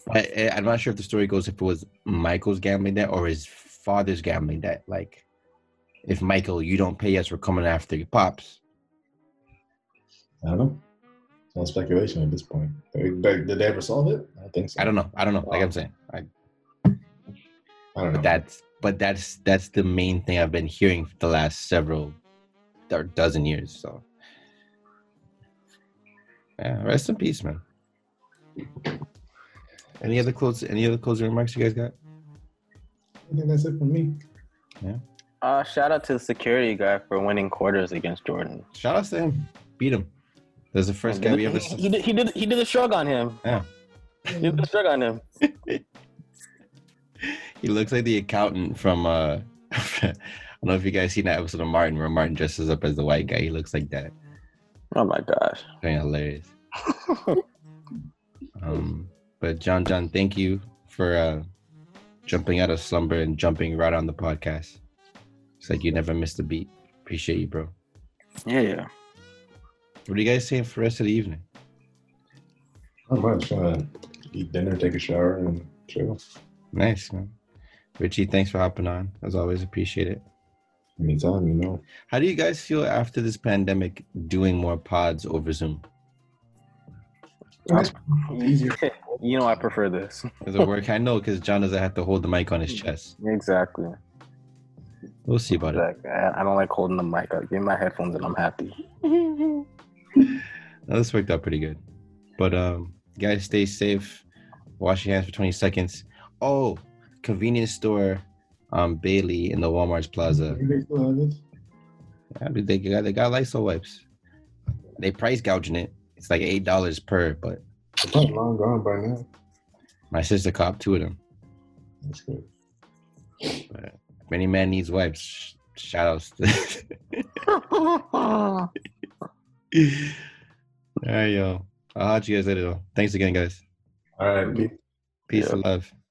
But uh, I'm not sure if the story goes if it was Michael's gambling debt or his father's gambling debt. Like, if Michael, you don't pay us, we're coming after your pops. I don't know. It's all speculation at this point. Like, like, Did they ever solve it? I don't think so. I don't know. I don't know. Like I'm saying, I, I don't know. but that's but that's that's the main thing I've been hearing for the last several or dozen years. So, yeah, rest in peace, man. Any other close? Any other closing remarks you guys got? I think that's it for me. Uh, shout out to the security guy for winning quarters against Jordan. Shout out to him. Beat him. That's the first guy we ever. he, he did, he did he did a shrug on him. Yeah. He did a shrug on him. He looks like the accountant from uh I don't know if you guys seen that episode of Martin where Martin dresses up as the white guy. He looks like that. Oh my gosh. Kind of hilarious. um but John John, thank you for uh jumping out of slumber and jumping right on the podcast. It's like you never missed a beat. Appreciate you, bro. Yeah, yeah. What are you guys saying for the rest of the evening? Not much. Uh, eat dinner, take a shower, and chill. Nice, man. Richie, thanks for hopping on. As always, appreciate it. Anytime, you know. How do you guys feel after this pandemic doing more pods over Zoom? Easier. You know I prefer this. Does it work? I know because John doesn't have to hold the mic on his chest. Exactly. We'll see about it. Like, I I don't like holding the mic up. Give me my headphones and I'm happy. No, this worked out pretty good. But um, guys, stay safe. Wash your hands for 20 seconds. Oh, convenience store um, Bailey in the Walmart's Plaza. You guys still have it? I mean, They got, they got Lysol wipes. They price gouging it. It's like $8 per, but It's probably long gone by now. my sister copped two of them. That's good. But if any man needs wipes, sh- shout outs. to- All right, yo. I'll hot you guys later, though. Thanks again, guys. All right. Peace Yeah. and love.